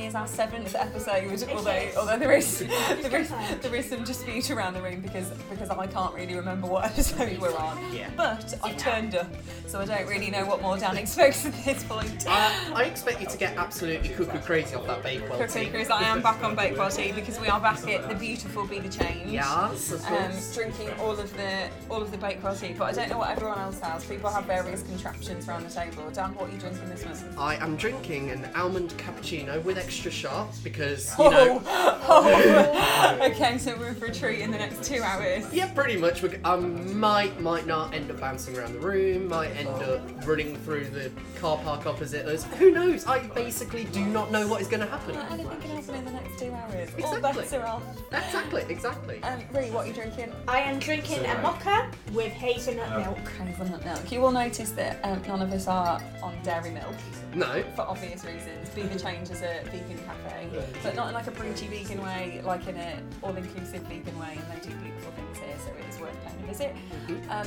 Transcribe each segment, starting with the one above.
is our seventh episode, although although there is there is, there is some dispute around the room because because I can't really remember what episode we're on. Yeah. But I've turned up, so I don't really know what more Dan expects at this point. Uh, I expect you to get absolutely cuckoo crazy off that bakewell Cookery Cruise, I am back on Bakewell Tea because we are back at the beautiful Be the Change. Yes, of um, course. drinking all of the all of the Bakewell tea, but I don't know what everyone else has. People have various contraptions around the table. Dan, what are you drinking this month? I am drinking an almond cappuccino with extra shot because you know. Oh, oh. okay, so we're in for a treat in the next two hours. Yeah, pretty much. we- I might might not end up bouncing around the room. Might end up running through the car park opposite us. Who knows? I basically do not know what is going to happen. Anything can happen in the next two hours. All Exactly. bets are off. Exactly, exactly. Um, Ree, what are you drinking? I am drinking a mocha with uh, hazelnut milk. Hazelnut milk. You will notice that um, none of us are on dairy milk No. for obvious reasons. Be the Change is a vegan cafe, but not in like a preachy vegan way, like in an all-inclusive vegan way, and they do beautiful things here, so it is worth paying a visit. Um,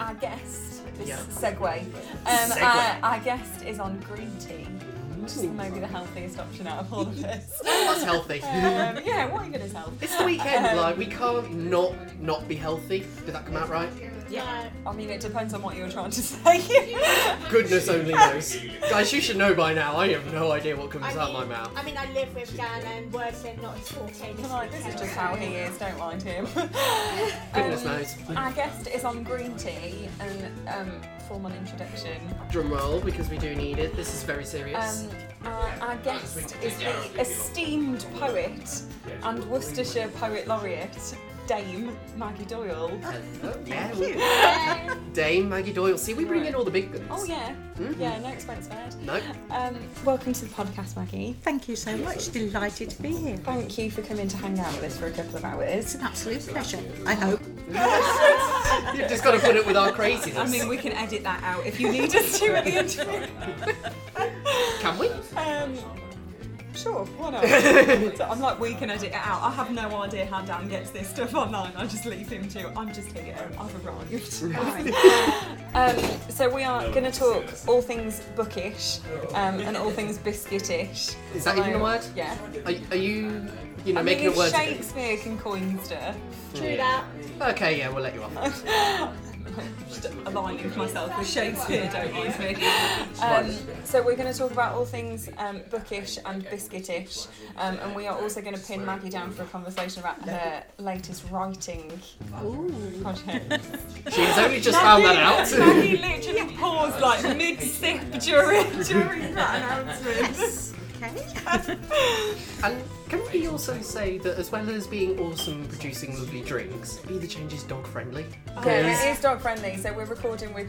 our guest, this Yeah. segue, um, Segue. Our, our guest is on green tea, which is maybe the healthiest option out of all of this. That's healthy. um, yeah, what are you going to tell? Um, It's the weekend, like we can't not not be healthy. Did that come out right? Yeah. I mean, it depends on what you're trying to say. Goodness only knows. Guys, you should know by now. I have no idea what comes I out my mean, mouth. I mean, I live with Dan and words are not his forte. Come on, this is just how he is, don't mind him. Goodness Um, knows. Our guest is on green tea and um, formal introduction. Drum roll because we do need it. This is very serious. Um, our, our guest is the esteemed poet and Worcestershire Poet Laureate, Dame Maggie Doyle. yeah, we, Yeah. Dame Maggie Doyle. See, we bring in all the big guns. Oh yeah, Mm-hmm. yeah, no expense spared. Nope. Um, welcome to the podcast, Maggie. Thank you so much. Delighted to be here. Thank you for coming to hang out with us for a couple of hours. It's an absolute pleasure. I hope. You've just got to put it with our craziness. I mean, we can edit that out if you need us to at the end. can we? Um, sure, why not? so I'm like, we can edit it out. I have no idea how Dan gets this stuff online. I just leave him to. I'm just here. I've arrived. um, so we are going to talk all things bookish um, and all things biscuitish. Is that even a word? Yeah. Are, are you, you know, I mean, making if a word? Shakespeare can coin stuff. True that. Okay, yeah, we'll let you off. Just aligning myself with Shakespeare, don't mind me. Um, so we're going to talk about all things um, bookish and biscuitish, um, and we are also going to pin Maggie down for a conversation about her latest writing project. She has only just found that out. Maggie literally paused like mid-sip during during that announcement. Okay. and can we also say that as well as being awesome, producing lovely drinks, Be the Change is dog friendly. Oh, Yeah, it is dog friendly, so we're recording with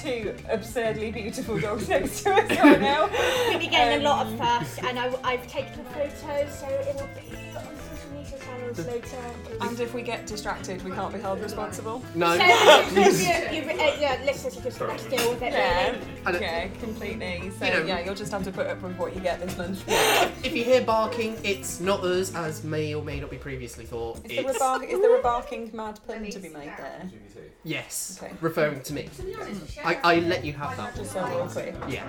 two absurdly beautiful dogs next to us right now. We'll be getting a lot Um, of fuss, and I, I've taken the photos, so it will be on social media channels later. And if we get distracted, we can't be held responsible. No. So, you, you, you, uh, yeah, listeners are just going to have to deal with it, Yeah, really. And it- yeah, completely. So You know- yeah, you'll just have to put up with what you get this month. If you hear barking, it's not us, as may or may not be previously thought. Is there, a It's- bar- is there a barking mad pun to be made there? yes, Okay. referring to me. I, I let you have that. Just so we're all clear. Yeah.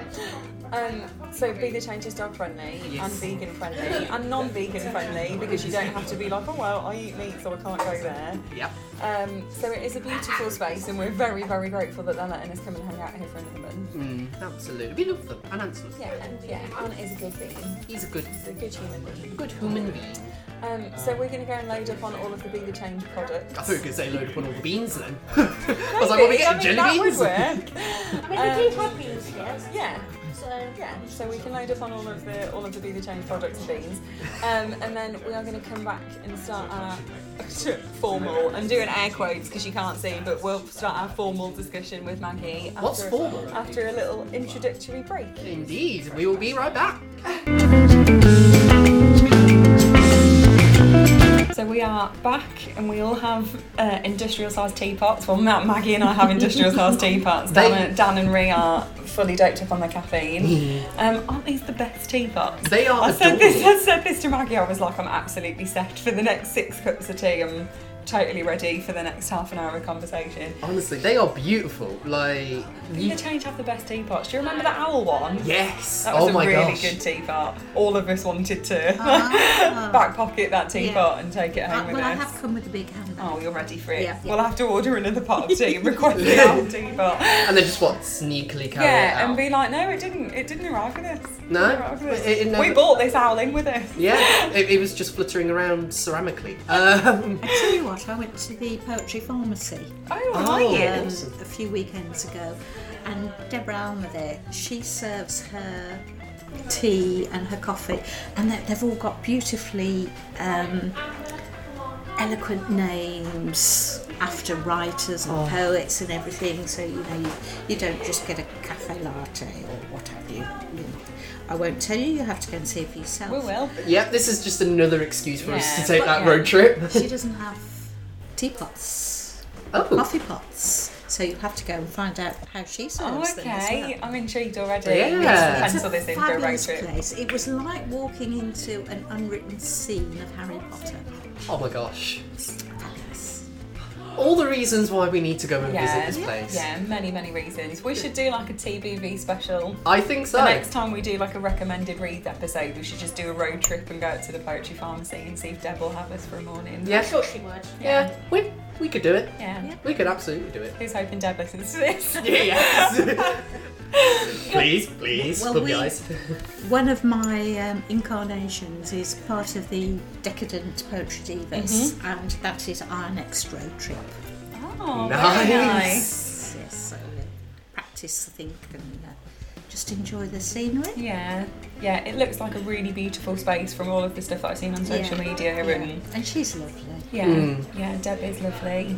Um, so be the change is dog friendly and Yes. vegan friendly and non-vegan friendly because you don't have to be like, oh well, I eat meat so I can't go there. Yep. Um, so it is a beautiful space and we're very, very grateful that they're letting us come and hang out here for another month. Mm, absolutely. We love them. And Anson. Yeah, and yeah, Anna is a good being. He's a good, He's a good human being. good human being. Um, so we're going to go and load up on all of the Be the Change products. I thought you were going to say load upon all the beans then. I was like, what are we I getting? mean, jelly that beans? would work. I mean, Um, we do have beans here, Yeah, so. yeah. So we can load up on all of the all of the Be the Change products and beans, um, and then we are going to come back and start our formal. I'm doing air quotes because you can't see, but we'll start our formal discussion with Maggie. After, What's formal? After a little introductory break. Indeed. We will be right back. So we are back, and we all have uh, industrial-sized teapots. Well, Matt, Maggie, and I have industrial-sized teapots. Dan, They- and, Dan and Ree are fully doped up on their caffeine. Um, aren't these the best teapots? They are I said adorable. this. I said this to Maggie. I was like, I'm absolutely set for the next six cups of tea. I'm totally ready for the next half an hour of conversation. Honestly, they are beautiful. Like, You you, change have the best teapots. Do you remember the owl one? yes. That was oh a my really gosh. good teapot. All of us wanted to Ah. back pocket that teapot and take it home Uh, with well, I us. have come with a big handbag. Oh, you're ready for it. Yeah. We'll have to order another pot of tea and request the owl teapot. And they just what sneakily carry it Yeah, out. and be like, no, it didn't. It didn't arrive with us. It No? didn't arrive with us. It- it we never- bought this owl in with us. yeah, it, it was just fluttering around ceramically. Um, I tell you what, I went to the poetry pharmacy Oh, Oh. right. um, Awesome. a few weekends ago, and Deborah Alma there, she serves her tea and her coffee, and they- they've all got beautifully um, eloquent names after writers Oh. and poets and everything. So you know, you, you don't just get a cafe latte or what have you. you know. I won't tell you. You have to go and see it for yourself. We will. yep, this is just another excuse for us to Yeah, take but that yeah. road trip. She doesn't have teapots. Oh, coffee pots. So you'll have to go and find out how she Oh, serves them as okay. well. I'm intrigued already. Yeah. Let's It's It's pencil a this in for a road fabulous trip. place. It was like walking into an unwritten scene of Harry Potter. oh my gosh. Fabulous. All the reasons why we need to go and Yeah, visit this place. yeah, many, many reasons. We should do like a TBV special. I think so. The next time we do like a recommended read episode, we should just do a road trip and go out to the poetry pharmacy and see if Deb will have us for a morning. Yeah. I'm sure she would. Yeah, we, we could do it. Yeah. We could absolutely do it. Who's hoping Deb listens to this? Yes. please, please, Well, puppy we- eyes. One of my um, incarnations is part of the Decadent Poetry Divas, Mm-hmm. and that is our next road trip. Oh, Nice. very nice. Yes, so we'll practice, I think, and uh, just enjoy the scenery. Yeah, yeah, it looks like a really beautiful space from all of the stuff that I've seen on social Yeah. media and Yeah. And she's lovely. yeah, Hmm. yeah, Deb is lovely.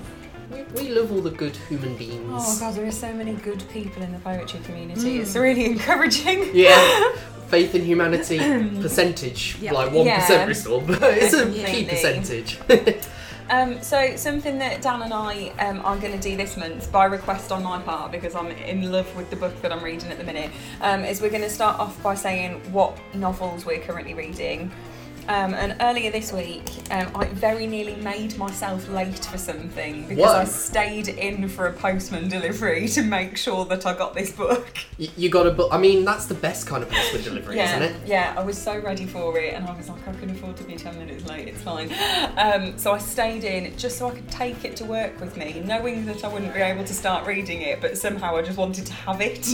We, we love all the good human beings. Oh god, there are so many good people in the poetry community. It's really encouraging. Yeah. Faith in humanity percentage, Yeah. like 1% Yeah. restore, but it's a Definitely. key percentage. Um, so something that Dan and I um, are going to do this month, by request on my part, because I'm in love with the book that I'm reading at the minute, um, is we're going to start off by saying what novels we're currently reading. Um, and earlier this week, um, I very nearly made myself late for something because Whoa. I stayed in for a postman delivery to make sure that I got this book. you, you gotta, bu- I mean, that's the best kind of postman delivery, Yeah, isn't it? yeah, I was so ready for it, and I was like, I can afford to be 10 minutes late, it's fine. Um, so I stayed in just so I could take it to work with me, knowing that I wouldn't be able to start reading it, but somehow I just wanted to have it.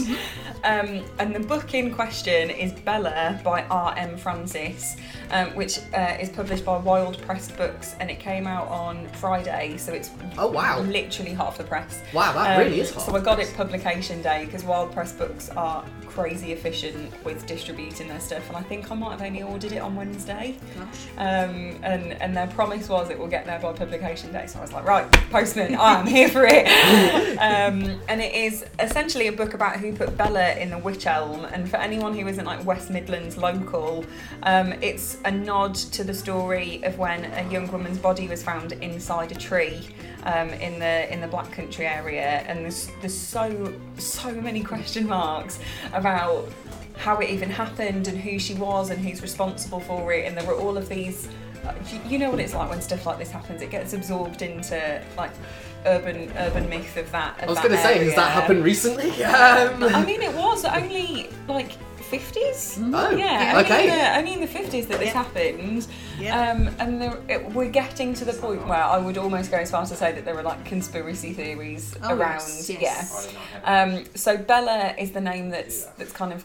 um, and the book in question is Bella by R.M. Francis, um, which uh, is published by Wild Press Books, and it came out on Friday, so it's Oh, wow. literally half the press. Wow, that really is Um, So hard. I got it publication day because Wild Press Books are crazy efficient with distributing their stuff, and I think I might have only ordered it on Wednesday. Gosh. Um, and and their promise was it will get there by publication day. So I was like, right, postman, I'm here for it. um, and it is essentially a book about who put Bella in the witch elm. And for anyone who isn't like West Midlands local, um, it's a nod to the story of when a young woman's body was found inside a tree um, in the in the Black Country area. And there's there's so so many question marks about how it even happened and who she was and who's responsible for it and there were all of these uh, you- you know what it's like when stuff like this happens it gets absorbed into like urban urban myth of that of I was that gonna say, area. has that happened recently? Um, i mean it was only like 50s oh, yeah, only, okay. in the, only in the 50s that this happened. Yeah. Um, and there, it, we're getting to the point where I would almost go as far as to say that there were like conspiracy theories Oh, around. yes, yeah. yes. Um, so Bella is the name that's that's kind of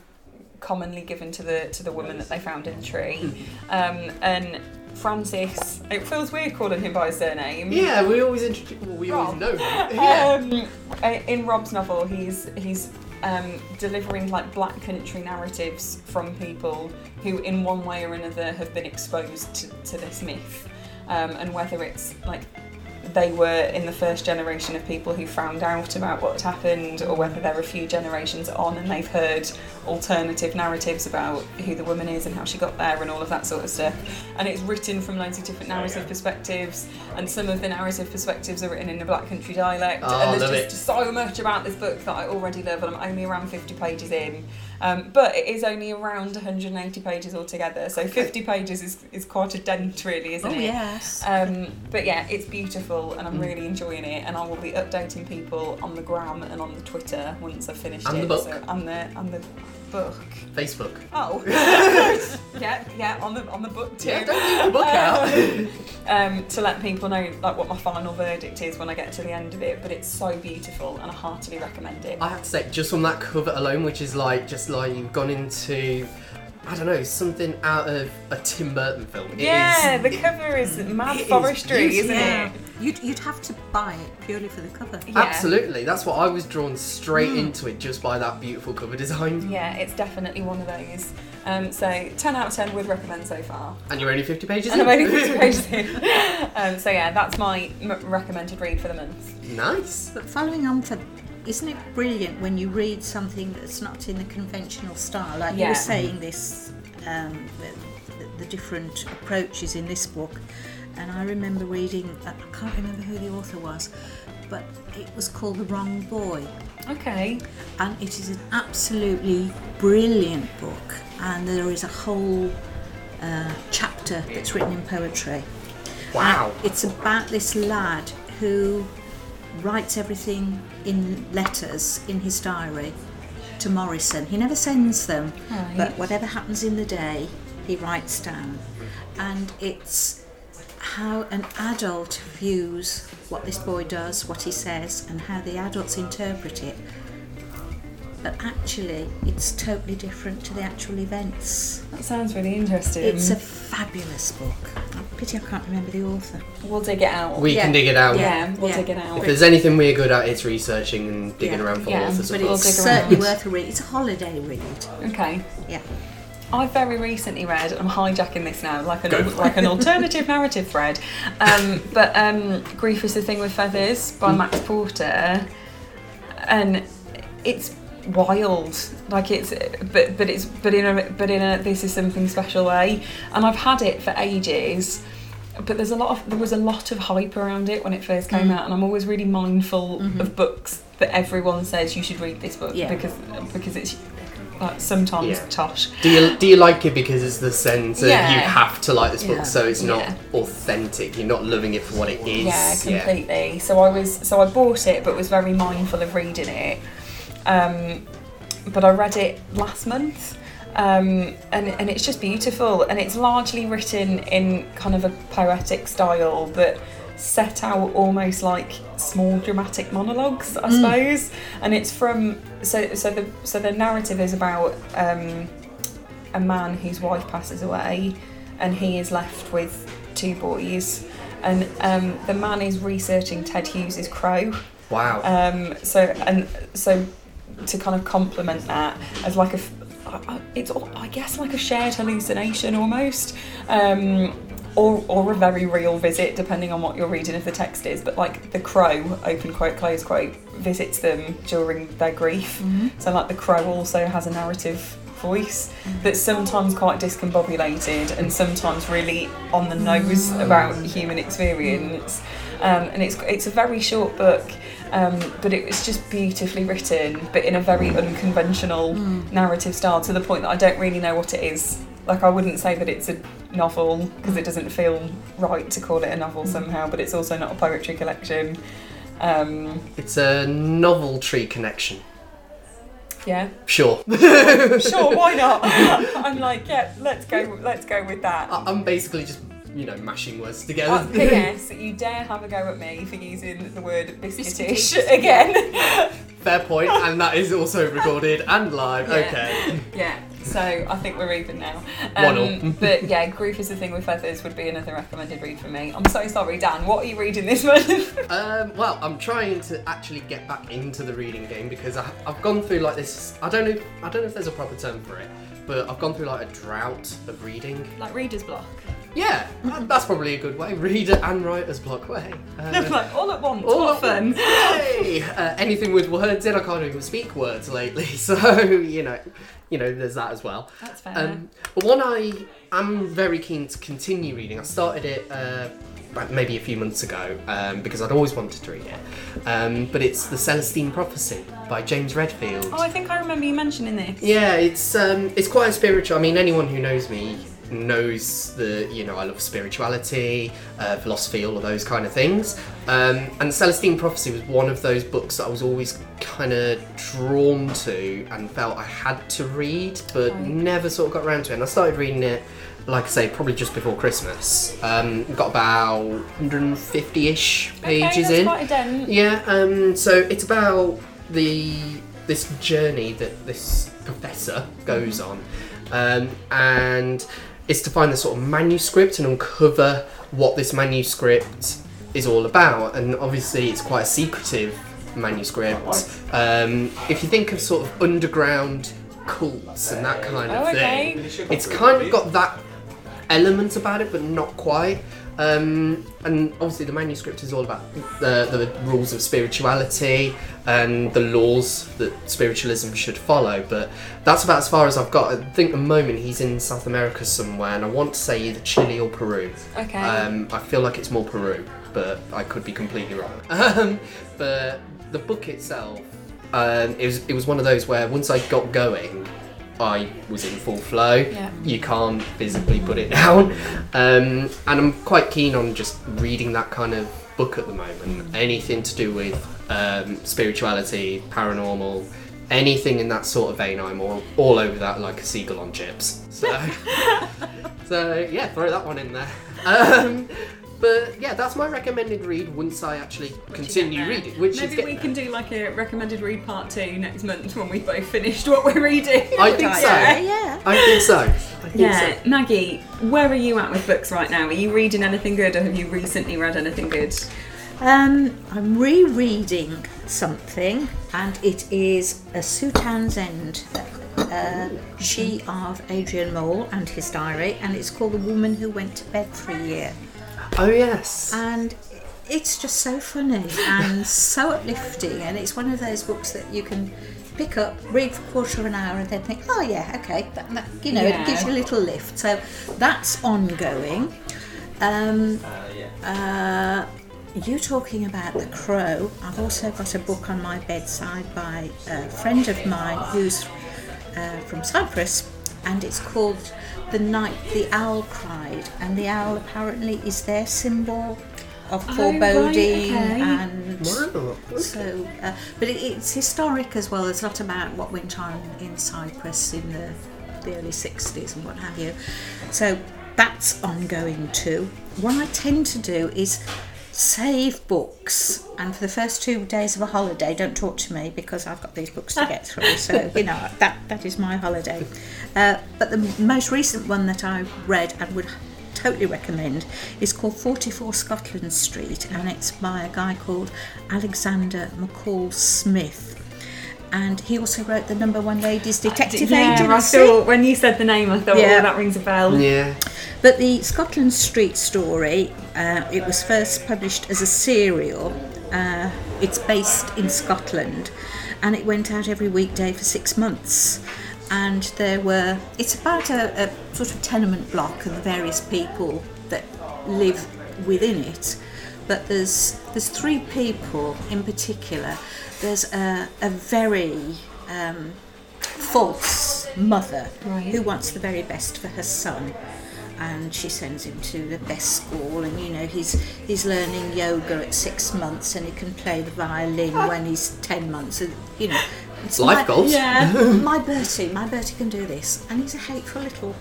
commonly given to the to the woman that they found in the tree, um, and Francis. It feels weird calling him by his surname. Yeah, we always introduce, well, we Rob. always know. right? Yeah. Um, uh, in Rob's novel, he's he's um, delivering like black country narratives from people who, in one way or another, have been exposed to, to this myth, um, and whether it's like they were in the first generation of people who found out about what had happened, or whether there are a few generations on and they've heard alternative narratives about who the woman is and how she got there and all of that sort of stuff. And it's written from loads of different narrative perspectives, and some of the narrative perspectives are written in the Black Country dialect. Oh, and love there's it. just so much about this book that I already love, and I'm only around 50 pages in. Um, but it is only around 180 pages altogether, so 50 pages is, is quite a dent, really, isn't Oh, it? yes. Um, but yeah, it's beautiful and I'm really enjoying it. And I will be updating people on the gram and on the Twitter once I've finished And it. the book. So, and the and the book. Facebook. Oh, yeah, yeah, on the on the book too. Yeah, don't leave the book out. Um, to let people know like what my final verdict is when I get to the end of it. But it's so beautiful and I heartily recommend it. I have to say, just from that cover alone, which is like just like you've gone into, I don't know, something out of a Tim Burton film. It yeah, is- the cover is mad it is forestry, beautiful. isn't yeah. it? You'd, you'd have to buy it purely for the cover. Yeah. Mm. Absolutely, that's what I was drawn straight into it just by that beautiful cover design. Yeah, it's definitely one of those. Um, so 10 out of 10 would recommend so far. And you're only 50 pages and I'm in. only 50 pages in. Um, so yeah, that's my m- recommended read for the month. nice. But following on for, isn't it brilliant when you read something that's not in the conventional style? Like you Yeah. were saying, this um, the, the different approaches in this book, and I remember reading. I can't remember who the author was, but it was called The Wrong Boy, Okay. and it is an absolutely brilliant book. And there is a whole uh, chapter that's written in poetry. Wow. It's about this lad who writes everything in letters in his diary to Morrison. He never sends them, Right. but whatever happens in the day, he writes down. And it's how an adult views what this boy does, what he says, and how the adults interpret it. But actually, it's totally different to the actual events. That sounds really interesting. It's a fabulous book. Pity I can't remember the author. we'll dig it out. We can Yeah. dig it out. yeah, we'll Yeah. dig it out. If there's anything we're good at, it's researching and digging Yeah. around for Yeah, authors. but of it's- course. It's Bigger certainly amount. worth a read. It's a holiday read. Okay. Yeah. I very recently read, I'm hijacking this now, like Go an, for like an alternative narrative thread. Um, but um, Grief is the Thing with Feathers by Mm. Max Porter. And it's wild like it's but but it's but in a but in a this is something special way and i've had it for ages but there's a lot of there was a lot of hype around it when it first came Mm. out and i'm always really mindful Mm-hmm. of books that everyone says you should read this book Yeah. because because it's like sometimes Yeah. tosh Do you, do you like it because it's the sense of Yeah. you have to like this book, Yeah. so it's not Yeah. authentic? You're not loving it for what it is. Yeah, completely. So I was so I bought it but was very mindful of reading it. Um, but I read it last month. Um, and, and it's just beautiful and it's largely written in kind of a poetic style that set out almost like small dramatic monologues I suppose and it's from so so the so the narrative is about um, a man whose wife passes away and he is left with two boys and um, the man is researching Ted Hughes's crow Wow. um, so and so to kind of complement that as like a f- I- I- it's all, I guess like a shared hallucination almost um, or, or a very real visit depending on what your reading of the text is but like the crow open quote close quote visits them during their grief so like the crow also has a narrative voice that's sometimes quite discombobulated and sometimes really on the nose about human experience um, and it's it's a very short book um, but it was just beautifully written, but in a very unconventional narrative style to the point that I don't really know what it is. Like, I wouldn't say that it's a novel because it doesn't feel right to call it a novel somehow, but it's also not a poetry collection. Um, it's a novelty connection. yeah, Sure. sure, why not? I'm like, yeah, let's go, let's go with that. I- I'm basically just, you know, mashing words Uh, together. P.S. You dare have a go at me for using the word biscuitish, Biscuitish. again. Fair point, and that is also recorded and live. Yeah. Okay. Yeah, so I think we're even now. Um, One all. but yeah, Grief is the Thing with Feathers would be another recommended read for me. I'm so sorry, Dan. What are you reading this month? Um, well, I'm trying to actually get back into the reading game because I, I've gone through like this. I don't know. I don't know if there's a proper term for it, but I've gone through like a drought of reading. like Reader's Block. Yeah, that- that's probably a good way. Reader and writer's block way. Uh, like all at once. all All of them. fun. Yay! Uh, anything with words in, I can't even speak words lately, so you know, you know, there's that as well. That's fair. Um, but one I am very keen to continue reading. I started it uh, about maybe a few months ago um, because I'd always wanted to read it. Um, but it's The Celestine Prophecy by James Redfield. oh, I think I remember you mentioning this. Yeah, it's um, it's quite a spiritual. I mean, anyone who knows me knows that you know I love spirituality, uh, philosophy, all of those kind of things. Um, and Celestine Prophecy was one of those books that I was always kind of drawn to and felt I had to read, but never sort of got around to it. And I started reading it. Like I say, probably just before Christmas. Um, got about 150-ish Okay, pages that's in. quite a dent. Yeah, um, so it's about the this journey that this professor goes on, Mm-hmm. um, and it's to find the sort of manuscript and uncover what this manuscript is all about. And obviously, it's quite a secretive manuscript. Um, if you think of sort of underground cults and that kind of Oh, okay. thing, it's kind of got that element about it, but not quite. Um, and obviously, the manuscript is all about the, the rules of spirituality and the laws that spiritualism should follow. But that's about as far as I've got. I think at the moment he's in South America somewhere, and I want to say either Chile or Peru. Okay. Um, I feel like it's more Peru, but I could be completely wrong. Um, but the book itself, um, it was it was one of those where once I got going, I was in full flow. Yeah. You can't physically put it down, um, and I'm quite keen on just reading that kind of book at the moment. Anything to do with um, spirituality, paranormal. Anything in that sort of vein, I'm all, all over that like a seagull on chips. So. So yeah, throw that one in there. Um, but yeah, that's my recommended read once I actually continue reading. Which is Maybe we getting can do like a recommended read part two next month when we've both finished what we're reading. there. I think so. Yeah, yeah. I think so. I think Yeah, so. Maggie, where are you at with books right now? Are you reading anything good, or have you recently read anything good? Um, I'm rereading something, and it is A Sutan's End. Uh, she of Adrian Mole and his diary, and it's called The Woman Who Went to Bed for a Year. Oh yes. and it's just so funny and so uplifting and it's one of those books that you can pick up read for a quarter of an hour and then think oh yeah okay that, that, you know Yeah. it gives you a little lift so that's ongoing um, uh, you talking about the crow i've also got a book on my bedside by a friend of mine who's uh, from cyprus and it's called the night the owl cried and the owl apparently is their symbol of Oh, right, foreboding okay. and Uh-huh. Wow. so, uh, but it, it's historic as well. There's a lot about what went on in Cyprus in the, the early 60s and what have you. So that's ongoing too. What I tend to do is save books, and for the first two days of a holiday, don't talk to me because I've got these books to get through. So you know that that is my holiday. Uh, but the most recent one that I read and would totally recommend is called 44 Scotland Street and it's by a guy called Alexander McCall Smith and he also wrote the number one ladies detective yeah, I agency thought when you said the name, I thought, Yeah. oh, that rings a bell. Yeah. but the Scotland Street story, uh, it was first published as a serial. Uh, it's based in Scotland, and it went out every weekday for six months. And there were, it's about a, a sort of tenement block and the various people that live within it. But there's there's three people in particular. There's a, a very um, false mother Right. who wants the very best for her son and she sends him to the best school and you know he's he's learning yoga at six months and he can play the violin when he's ten months and you know it's Life my, goals. Yeah. my Bertie my Bertie can do this and he's a hateful little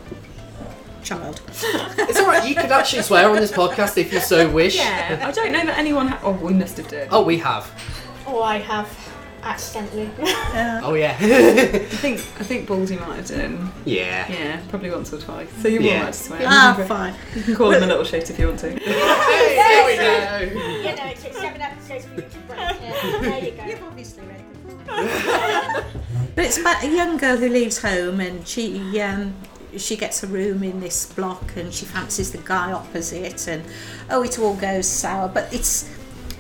child It's alright. You could actually swear on this podcast if you so wish. Yeah, I don't know that anyone. Ha- oh, we must have done. Oh, we have. Oh, I have accidentally. Oh yeah. I think I think Baldy might have done. yeah. Yeah, probably once or twice. So you're Yeah. allowed to swear. ah You can- fine You can call him a little shit if you want to. Hey, there we go. you know, it took seven episodes for you to break it. There you go. You've obviously read the book. but it's about a young girl who leaves home and she um, she gets a room in this block and she fancies the guy opposite and oh it all goes sour. But it's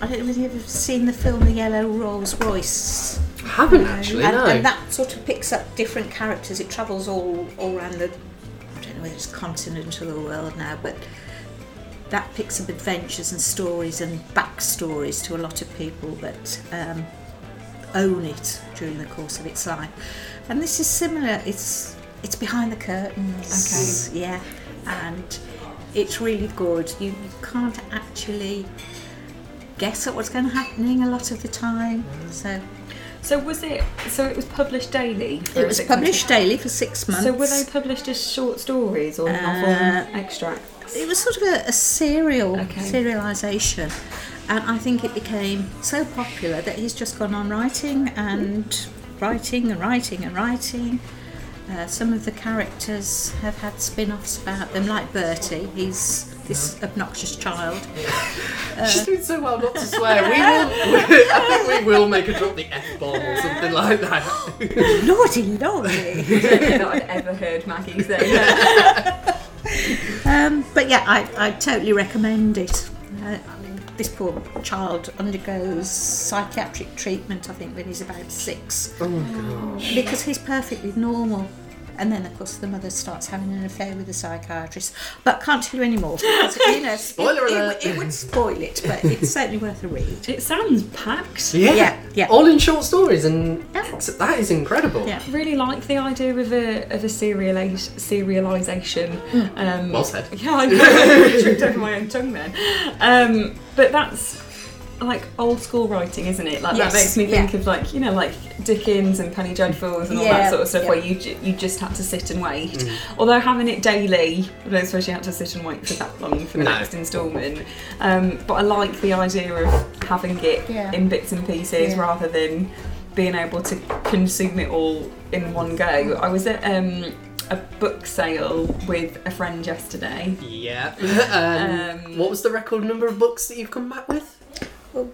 I don't know if you've ever seen the film The Yellow Rolls Royce. I haven't actually. and, no. and that sort of picks up different characters. It travels all all around the I don't know whether it's continent or the world now, but that picks up adventures and stories and backstories to a lot of people that um, own it during the course of its life. And this is similar. It's it's behind the curtains. Okay. Yeah, and it's really good. You, you can't actually guess at what's going to happening a lot of the time. So So was it? So it was published daily. or it was published daily for six months. So were they published as short stories or novel Uh, extracts? It was sort of a, a serial Okay. serialisation, and I think it became so popular that he's just gone on writing and writing and writing and writing. Uh, some of the characters have had spin-offs about them, like Bertie. He's this obnoxious child. She's doing so well not to swear. We will. I think we will make her drop the f bomb or something like that. Naughty, naughty. that I've ever heard Maggie say. Um, but yeah, I, I totally recommend it. Uh, this poor child undergoes psychiatric treatment, I think, when he's about six. Oh my gosh. Because he's perfectly normal. And then, of course, the mother starts having an affair with the psychiatrist. But can't tell you any more. Because, you know, Spoiler it, it, alert. it would spoil it, but it's certainly worth a read. It sounds packed. Yeah. Yeah, yeah. All in short stories, and Yeah. that is incredible. Yeah. Really like the idea of a of a serialis- serialisation. Hmm. Um, Well said. Yeah, I know. tripped over my own tongue then. Um, but that's like old school writing, isn't it? Like Yes, that makes me think yeah. of like you know like Dickens and Penny Dreadfuls and all Yeah, that sort of stuff yeah. where you ju- you just had to sit and wait. Although having it daily, I don't suppose you had to sit and wait for that long for the No. next instalment. Um, but I like the idea of having it Yeah. in bits and pieces Yeah. rather than being able to consume it all in one go. I was at um, a book sale with a friend yesterday. Yeah. Um, Um, what was the record number of books that you've come back with?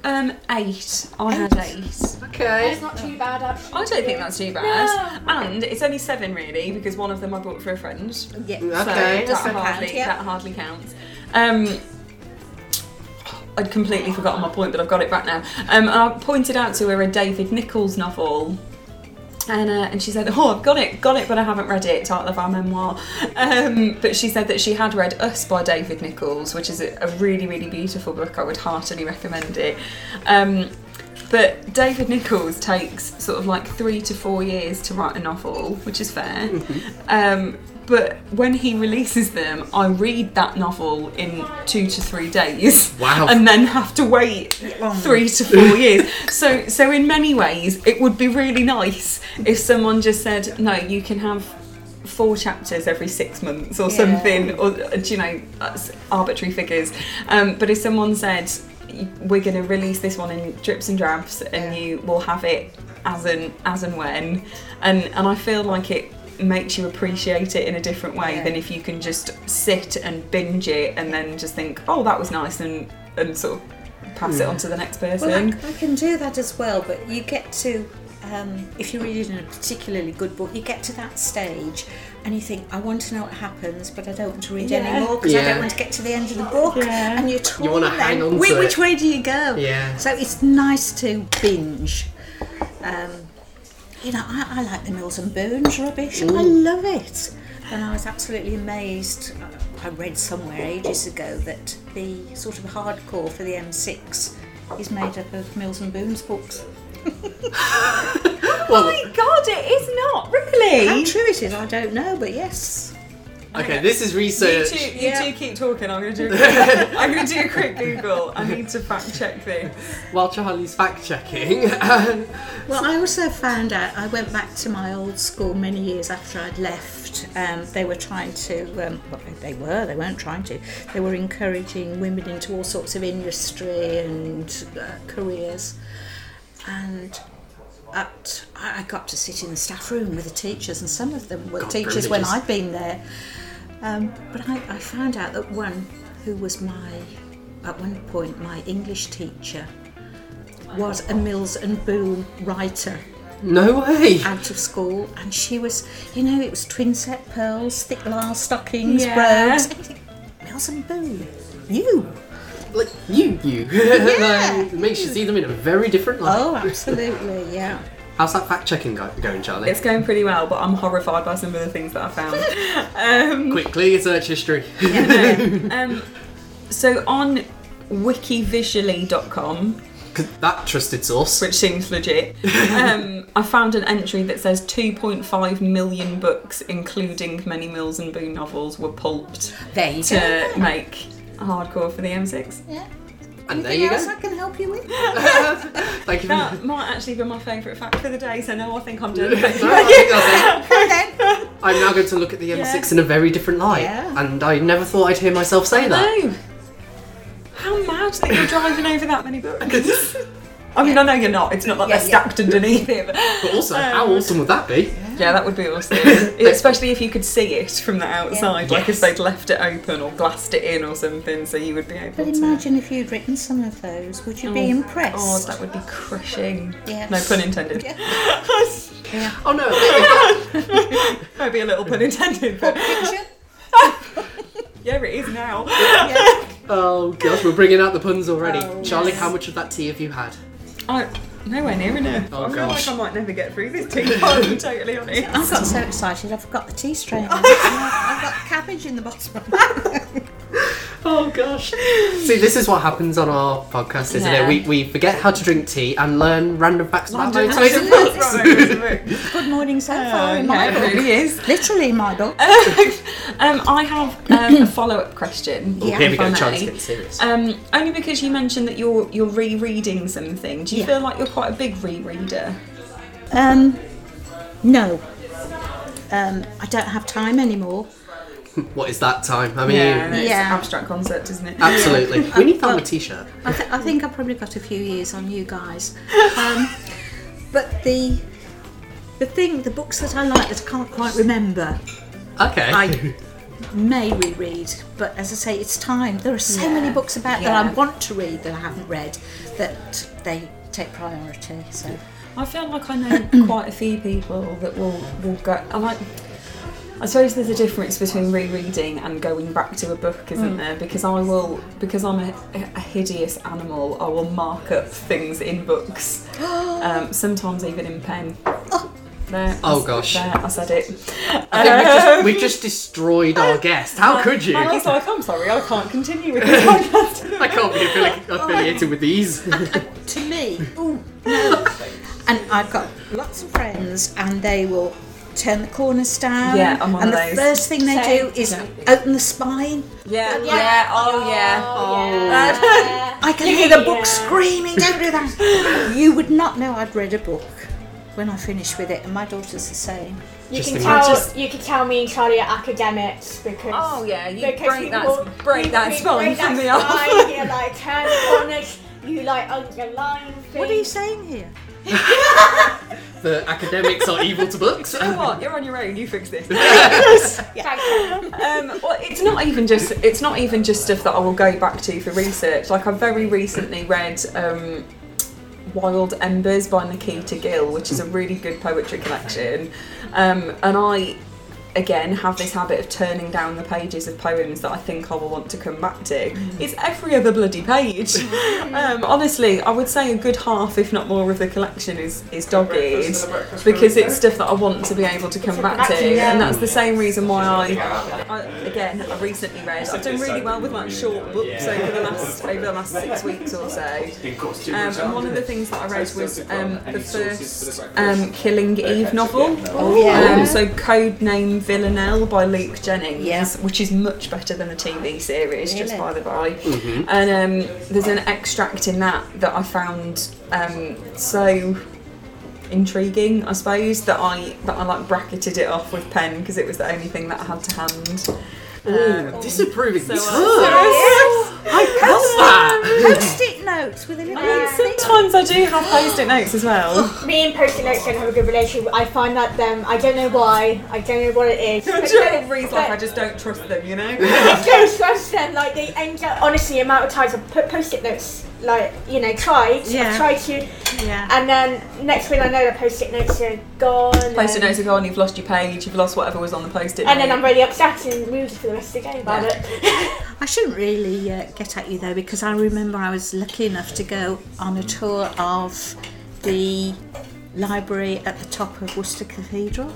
Um, eight. I had eight. Okay. It's not too bad, actually. I don't think that's too bad. And it's only seven really, because one of them I bought for a friend. So Yeah. Okay. that doesn't count, hardly yeah. that hardly counts. Um, I'd completely forgotten my point, but I've got it back now. Um, and I pointed out to her a David Nichols novel. And, uh, and she said, Oh, I've got it, got it, but I haven't read it, title of our memoir. Um, but she said that she had read Us by David Nichols, which is a, a really, really beautiful book. I would heartily recommend it. Um, but David Nichols takes sort of like three to four years to write a novel, which is fair. Um, but when he releases them, I read that novel in two to three days. Wow. Um, And then have to wait three to four years. So, so in many ways, it would be really nice if someone just said, "No, you can have four chapters every six months or Yeah. something," or uh, do you know, that's arbitrary figures. Um, but if someone said, "Y- "We're going to release this one in drips and drabs, and Yeah. you will have it as and as and when," and and I feel like it makes you appreciate it in a different way Yeah. than if you can just sit and binge it and then just think, "Oh, that was nice," and and sort of pass it on to the next person. Well, I, I can do that as well, but you get to, um, if you're reading a particularly good book, you get to that stage and you think, I want to know what happens, but I don't want to read Yeah. anymore because I Yeah. don't want to get to the end of the book. Yeah. And you're torn wanna then. hang on Whi- to which, it. way do you go? Yeah. So it's nice to binge. Um, you know, I, I like the Mills and Boons rubbish. I love it. And I was absolutely amazed. uh, I- I read somewhere ages ago that the sort of hardcore for the M6 is made up of Mills and Boons books. Well, my god, it is not really. How true it is, I don't know, but yes. okay. This is You research. two, you Yeah. two keep talking. I'm gonna do. A quick, I'm gonna do a quick Google. I need to fact check this. While Charlie's fact checking. um, Well, I also found out I went back to my old school many years after I'd left. Um, they were trying to, um, well, they were, they weren't trying to, they were encouraging women into all sorts of industry and uh, careers. And at, I I got to sit in the staff room with the teachers, and some of them were God, teachers when privileges. I'd been there. Um, but I, I found out that one who was my, at one point, my English teacher was a Mills and Boon writer no way. out of school, and she was, you know, it was twin set pearls, thick lisle stockings, Yeah. brogues. And you think, Mills and Boon, you? Like Oh, you, you. like, it makes you see them in a very different light. Oh, absolutely, yeah. How's that fact checking go- going, Charlie? It's going pretty well, but I'm horrified by some of the things that I found. um, Quickly search history. um, so on wikivisually.com, 'Cause that trusted source. which seems legit, um, I found an entry that says 2.5 million books, including many Mills and Boon novels, were pulped There you go. to make hardcore for the M6. Yeah. and there Anything you else go. I can help you with? Thank you. That might actually be my favourite fact for the day, so no, I think I'm done. No, I think that's it. Come then. I'm now going to look at the M6 in a very different light, Yeah. and I never thought I'd hear myself say that. No. How mad that you're driving over that many books. I mean, I know you're not. It's not like Yeah, they're yeah. stacked underneath it. But But also, how awesome would that be? Yeah, that would be awesome. Especially if you could see it from the outside, like Yes. if they'd left it open or glassed it in or something, so you would be able But to. imagine if you'd written some of those, would you be Oh, impressed? that would be crushing. Yes. No pun intended. Yeah. Oh no! I Maybe a little pun intended, but Picture? yeah, it is now. Yeah. think- oh gosh, we're bringing out the puns already. Oh, Charlie, yes. how much of that tea have you had? I, nowhere near enough. Oh, I feel gosh. like I might never get through this tea pod, I'm totally honest. I got so excited, I forgot the tea strainer. I've got cabbage in the bottom. Oh gosh! See, this is what happens on our podcast, isn't Yeah. it? We, we forget how to drink tea and learn random facts about Don't have to motivated books. put rows of it. Good morning so far in my Yeah, book. it really is. Literally in my book. um, I have um, a follow-up question. Oh, here we if I go. may. Charlie's getting serious. Um, only because you mentioned that you're you're rereading something. Do you Yeah. feel like you're quite a big rereader? Um, no. Um, I don't have time anymore. what is that time? I mean, no, it's Yeah. an abstract concept, isn't it? absolutely. We need that on a t-shirt. I, th- I think I probably got a few years on you guys. Um, but the the thing, the books that I like that I can't quite remember, Okay. I may reread. But as I say, it's time. There are so many books about that Yeah. I want to read that I haven't read that they take priority. So I feel like I know quite a few people that will will go. I like. I suppose there's a difference between rereading and going back to a book, isn't there? Because I will, because I'm a, a hideous animal, I will mark up things in books, um, sometimes even in pen. There, Oh, gosh. There, I said it. I think we've just, we've just destroyed our guest. How could you? And Uh, I was like, I'm sorry, I can't continue with this podcast. I can't be affili- Oh. affiliated with these. to me, ooh, no. and I've got lots of friends, and they will turn the corners down. Yeah, I'm one and of the those. first thing they Same. do is open the spine. Yeah, yeah, oh yeah. Oh. yeah. I can hear the book Yeah. screaming, don't do that. you would not know I'd read a book when I finish with it, and my daughter's the same. You Just can imagine. tell Just- you can tell me and Charlie are academics because Oh yeah, you because break we that, will- break we- that we spine break from that me off. spine, You like turn the corners, you like underline things. What are you saying here? the academics are evil to books. Oh, You know what? You're on your own. You fix this. Thank you. Um, well, it's not even just it's not even just stuff that I will go back to for research. Like I very recently read um, Wild Embers by Nikita Gill, which is a really good poetry collection, um, and I again have this habit of turning down the pages of poems that I think I will want to come back to. It's every other bloody page. um, honestly, I would say a good half, if not more, of the collection is is dog eared because it's stuff that I want to be able to come back to, and that's the same reason why I, I again I recently read. I've done really well with like short books over the last over the last six weeks or so. Um, and one of the things that I read was um, the first um, Killing Eve novel. Oh, Um, so Codename Villanelle by Luke Jennings, Yeah. which is much better than the TV series, just Really? by the by. And um, there's an extract in that that I found um, so intriguing, I suppose, that I that I like bracketed it off with pen because it was the only thing that I had to hand. Um, Disapproving. so, uh, tongue. I can't Post it notes with a little. I mean, sometimes I do have post-it notes as well. Me and Post-it notes don't have a good relationship. I find that them. I don't know why. I don't know what it is. For but general don't- reasons, but- like I just don't trust them, you know. I don't trust them. Like they end up. Honestly, the amount of times I put post-it notes. Like you know, tried. Yeah. I've tried to, yeah. and then next thing I know, the post-it notes are gone. Post-it and- notes are gone. "Oh, You've lost your page. You've lost whatever was on the post-it. And then note. I'm really upset and moody for the rest of the day about Yeah. it. I shouldn't really uh, get at you though because I remember I was lucky enough to go on a tour of the library at the top of Worcester Cathedral.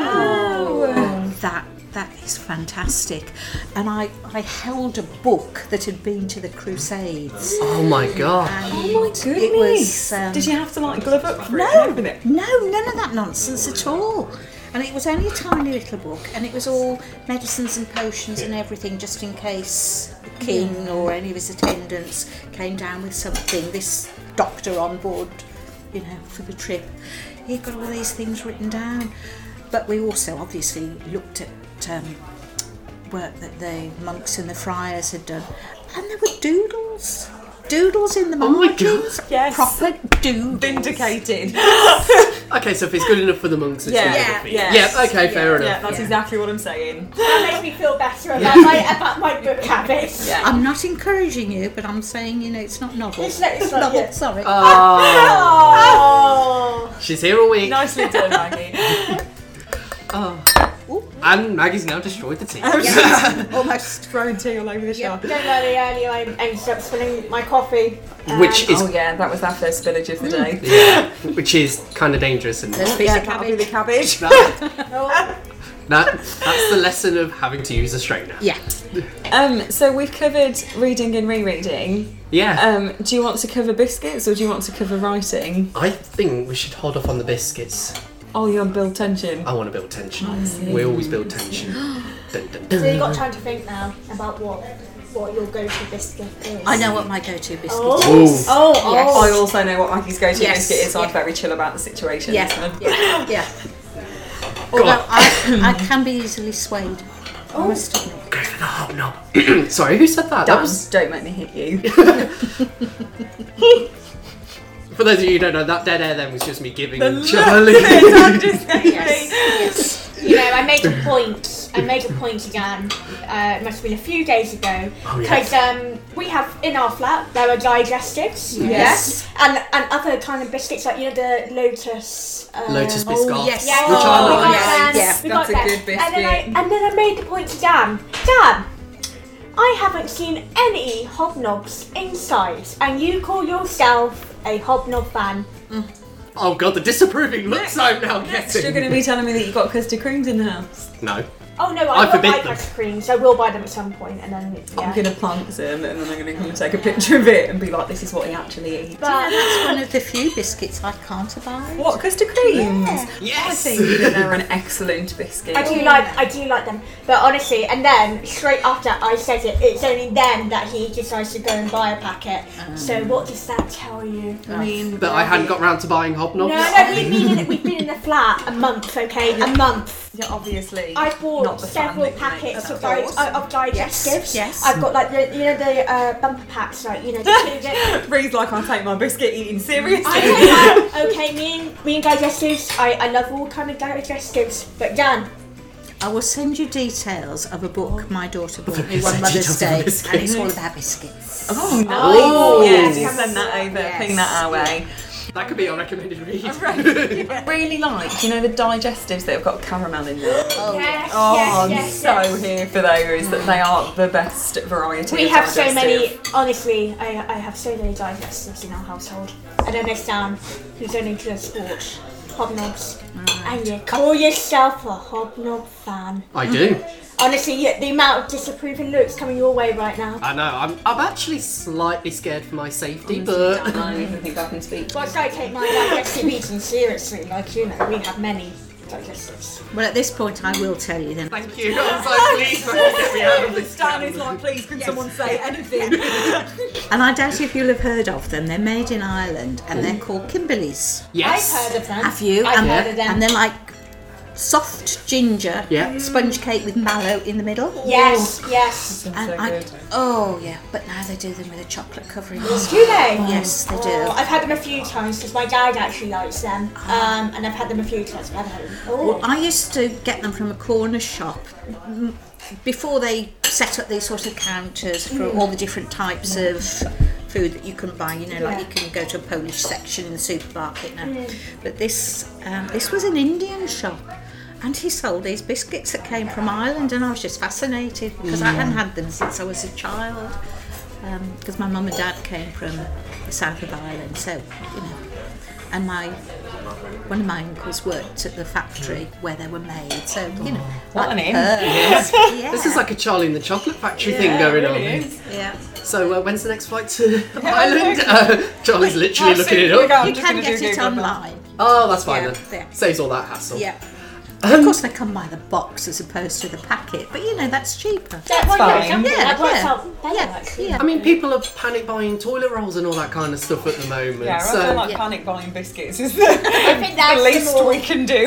Oh, that that is fantastic. And I, I held a book that had been to the Crusades. Oh my god. And Oh my goodness! It was, um, Did you have to like glove up for it? no, and everything? no, none of that nonsense at all. And it was only a tiny little book, and it was all medicines and potions and everything, just in case the king or any of his attendants came down with something. This doctor on board, you know, for the trip, he got all these things written down. But we also obviously looked at um, work that the monks and the friars had done, and there were doodles. Doodles in the Oh my margins, Yes. proper doodles. Vindicated. Okay, so if it's good enough for the monks, it's Yeah. good Yeah. enough for you. Yes. Yeah, okay, fair Yeah, enough. that's Yeah. exactly what I'm saying. That makes me feel better about my about my book habits. Yeah. I'm not encouraging you, but I'm saying, you know, it's not novel. It's not- it's not, novel, yeah. sorry. Oh, Ah. Oh. she's here all week. Nicely done, Maggie. Oh. And Maggie's now destroyed the team. Oh, Almost. Thrown tea all over the Don't shop. worry, earlier I ended up spilling my coffee. Um, Which is Oh yeah, that was our first village of the day. yeah, which is kind of dangerous and There's a piece Yeah, of that'll be cabbage. the cabbage. that, Oh. that- that's the lesson of having to use a straightener. Yeah. Um, so we've covered reading and rereading. Yeah. Um, do you want to cover biscuits or do you want to cover writing? I think we should hold off on the biscuits. Oh, you're on build tension. I want to build tension. we always build tension. Dun, dun, dun. So you've got time to think now about what what your go-to biscuit is. I know what my go-to biscuit is. Ooh. Oh. Oh, Yes. I also know what Maggie's go-to Yes. biscuit is. I'm Yeah. very chill about the situation. Yeah. so- Yeah. yeah. Go Although on. I, I can be easily swayed. I must admit. Oh, no. Sorry, who said that? That Damn, was Don't make me hit you. for those of you who don't know. That dead air then was just me giving The look Charlie. Don't just hit me. You know, I made a point. I made a point again. Uh, it must have been a few days ago Oh, yeah. because um, we have in our flat there are digestives. Yes. yeah, and and other kind of biscuits like you know the lotus. Uh, Lotus biscuit. yes. Yeah, Which I we got like. them, Yeah. we That's got a them. good And then, I, biscuit. and then I made the point to Dan. Dan, I haven't seen any hobnobs inside, and you call yourself a hobnob fan. Oh god, the disapproving looks I'm now You're going getting. to be telling me that you've got custard creams in the house. No. Oh no, I I, will forbid buy them. ice creams. I will buy them at some point, and then yeah. I'm going to plant them and then I'm going to come and take a picture of it and be like, this is what he actually eats. But That's one of the few biscuits I can't abide. What, custard creams? Yes. I think that they're an excellent biscuit. I do like I do like them, but honestly, and then straight after I said it, it's only then that he decides to go and buy a packet. so Mm. what does that tell you? I mean, But I hadn't got round to buying hobnobs. No, no, we've been in we've been in the flat a month, okay, a month. Yeah, obviously. I not bought the several fan that you make packets that of, di- doors. uh, of digestives. yes. I've got like the you know the uh, bumper packs, like you know. The Breathe like I take my biscuit eating seriously. I don't know. okay, me and me and digestives. I, I love all kind of digestives, but Dan, I will send you details of a book my daughter bought me you one said Mother's details of Day, biscuits. and it's all about biscuits. Oh, nice. Oh, yes. yes. Send that over. Yes. Ping that our way. That could be our recommended read. Really like, you know, the digestives that have got caramel in them. Oh, yes, Oh, yes, I'm yes, so yes. here for those. That they are the best variety. We of have so many. digestive. Honestly, I, I have so many digestives in our household. I don't understand who's only just bought hobnobs, Mm. and you call yourself a hobnob fan. I do. Honestly, you- the amount of disapproving looks coming your way right now. I know. I'm, I'm actually slightly scared for my safety, I but don't even think I can speak. Once I take my digestive eating seriously, like you know, we have many digestives. Well, at this point, I will tell you then. thank you. I was like, please don't get me out of this. Dan is like, please, can someone say anything? And I doubt if you'll have heard of them. They're made in Ireland and they're called Kimberleys. Yes. I've heard of them. Have you? I've and, heard of them. and they're like soft ginger Yeah. sponge cake with mallow in the middle. yes, yes. And So I- good. oh yeah, but now they do them with a chocolate covering. Do they? yes, they do. Oh, I've had them a few times because my dad actually likes them, Ah. um, and I've had them a few times. But I haven't had them. Oh. I used to get them from a corner shop mm, before they set up these sort of counters for all the different types of food that you can buy. You know, like you can go to a Polish section in the supermarket now. But this um, this was an Indian shop. And he sold these biscuits that came from Ireland, and I was just fascinated because I hadn't had them since I was a child. um, Because my mum and dad came from the south of Ireland, so you know, and my One of my uncles worked at the factory Hmm. where they were made, so you know, What an like in. her. yeah. Oh. This is like a Charlie and the Chocolate Factory thing going on. yeah. So uh, when's the next flight to Ireland? Uh, Charlie's literally looking it up. you can get it online. Oh, that's fine Yeah, then. yeah. Saves all that hassle. Yeah. Um, Of course, they come by the box as opposed to the packet, but you know that's cheaper. That one fine. works out- Yeah, that works yeah. out better Yeah, actually. yeah. I mean, people are panic buying toilet rolls and all that kind of stuff at the moment. Yeah, I so feel like yeah. panic buying biscuits is the, I think that's the least more- we can do.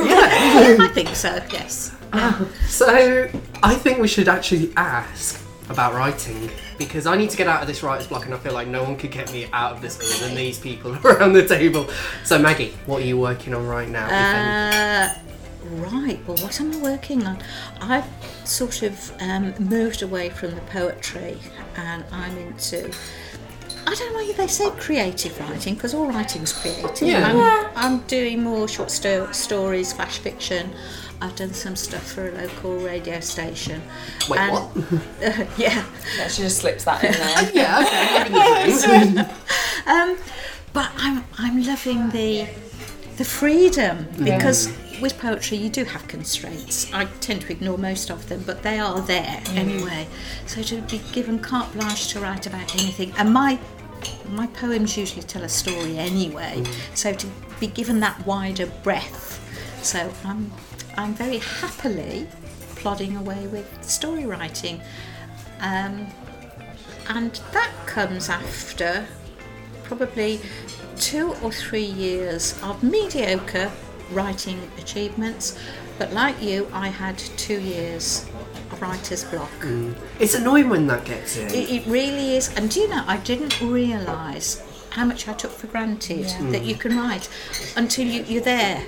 I think so. Yes. So I think we should actually ask about writing because I need to get out of this writer's block, and I feel like no one could get me out of this other than these people around the table. So Maggie, what are you working on right now? if any? Uh, right. Well, what am I working on? I've sort of um, moved away from the poetry, and I'm into. I don't know. They say creative writing because all writing's creative. Yeah. I'm, I'm doing more short sto- stories, flash fiction. I've done some stuff for a local radio station. Wait, And- what? yeah. Yeah, she just slips that in there. yeah, okay, I'm in the zone. Um, but I'm I'm loving the the freedom because with poetry you do have constraints. I tend to ignore most of them, but they are there anyway. So to be given carte blanche to write about anything, and my my poems usually tell a story anyway. So to be given that wider breadth, so I'm I'm very happily plodding away with story writing. Um, and that comes after probably two or three years of mediocre writing achievements. But like you, I had two years of writer's block. it's annoying when that gets in. It, it really is. And do you know, I didn't realise how much I took for granted that you can write until you, you're there.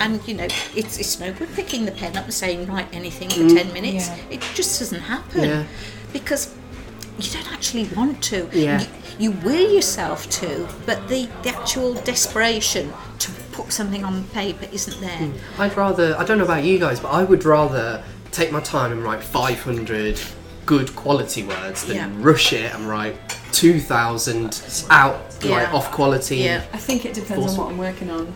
And you know, it's, it's no good picking the pen up and saying, write anything for 10 minutes. It just doesn't happen. Mm. Yeah. Because you don't actually want to. Yeah. You, you will yourself to, but the, the actual desperation to put something on paper isn't there. I'd rather, I don't know about you guys, but I would rather take my time and write 500 good quality words than Yeah. rush it and write 2,000 out, like Yeah. off quality. Yeah. I think it depends on what I'm working on.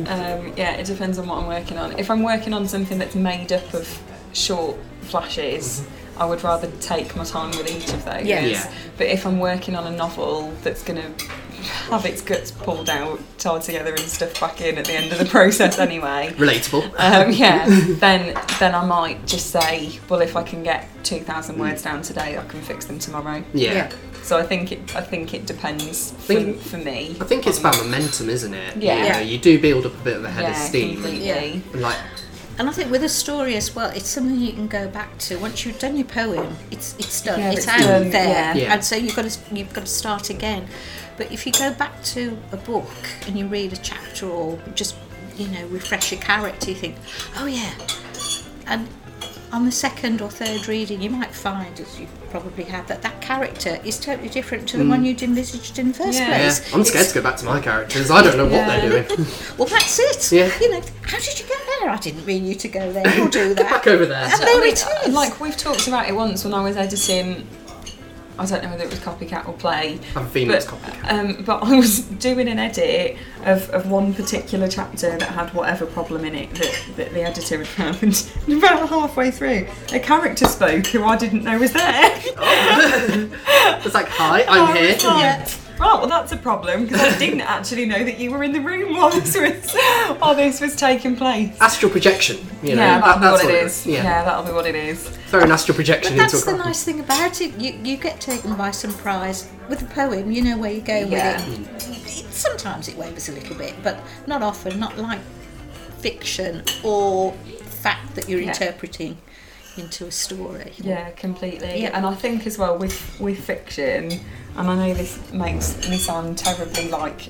Um, yeah, it depends on what I'm working on. If I'm working on something that's made up of short flashes, I would rather take my time with each of those. Yeah. Yeah. But if I'm working on a novel that's going to have its guts pulled out, tied together, and stuff back in at the end of the process anyway, Relatable. um, yeah, then then I might just say, well, if I can get two thousand words down today, I can fix them tomorrow. yeah. yeah. So I think it I think it depends for, Think- for me. I think it's about momentum, isn't it? Yeah. You, know, you do build up a bit of a head yeah, of steam. and- completely. And like, And I think with a story as well, it's something you can go back to. Once you've done your poem, it's it's done, Yeah, it's, it's out done, there, yeah. Yeah. and so you've got to you've got to start again. But if you go back to a book and you read a chapter or just you know refresh your character, you think, oh yeah, and on the second or third reading, you might find, as you probably have, that that character is totally different to the one you'd envisaged in the first Yeah. yeah, place. Mm. I'm scared to go back to my characters. I don't know what they're doing. Well, that's it. Yeah. You know, how did you get there? I didn't mean you to go there. You'll do that. Back over there. And there it And, is. Like we've talked about it once when I was editing. I don't know whether it was copycat or play. I'm feeling it's complicated. Um, but I was doing an edit of, of one particular chapter that had whatever problem in it that, that the editor had found. And about halfway through, a character spoke who I didn't know was there. It's like, hi, Oh, I'm I here. was like, Right, well, that's a problem because I didn't actually know that you were in the room while this was while this was taking place. Astral projection, you know. yeah, that'll that- that's be what it it is. Yeah. Yeah. that'll be what it is. Throw an astral projection into But a that's the graphic. nice thing about it. You you get taken by surprise with a poem. You know where you're going Yeah. with it. it. Sometimes it wavers a little bit, but not often. Not like fiction or fact that you're Yeah. interpreting into a story. Yeah, completely. Yeah. And I think as well with with fiction, and I know this makes me sound terribly like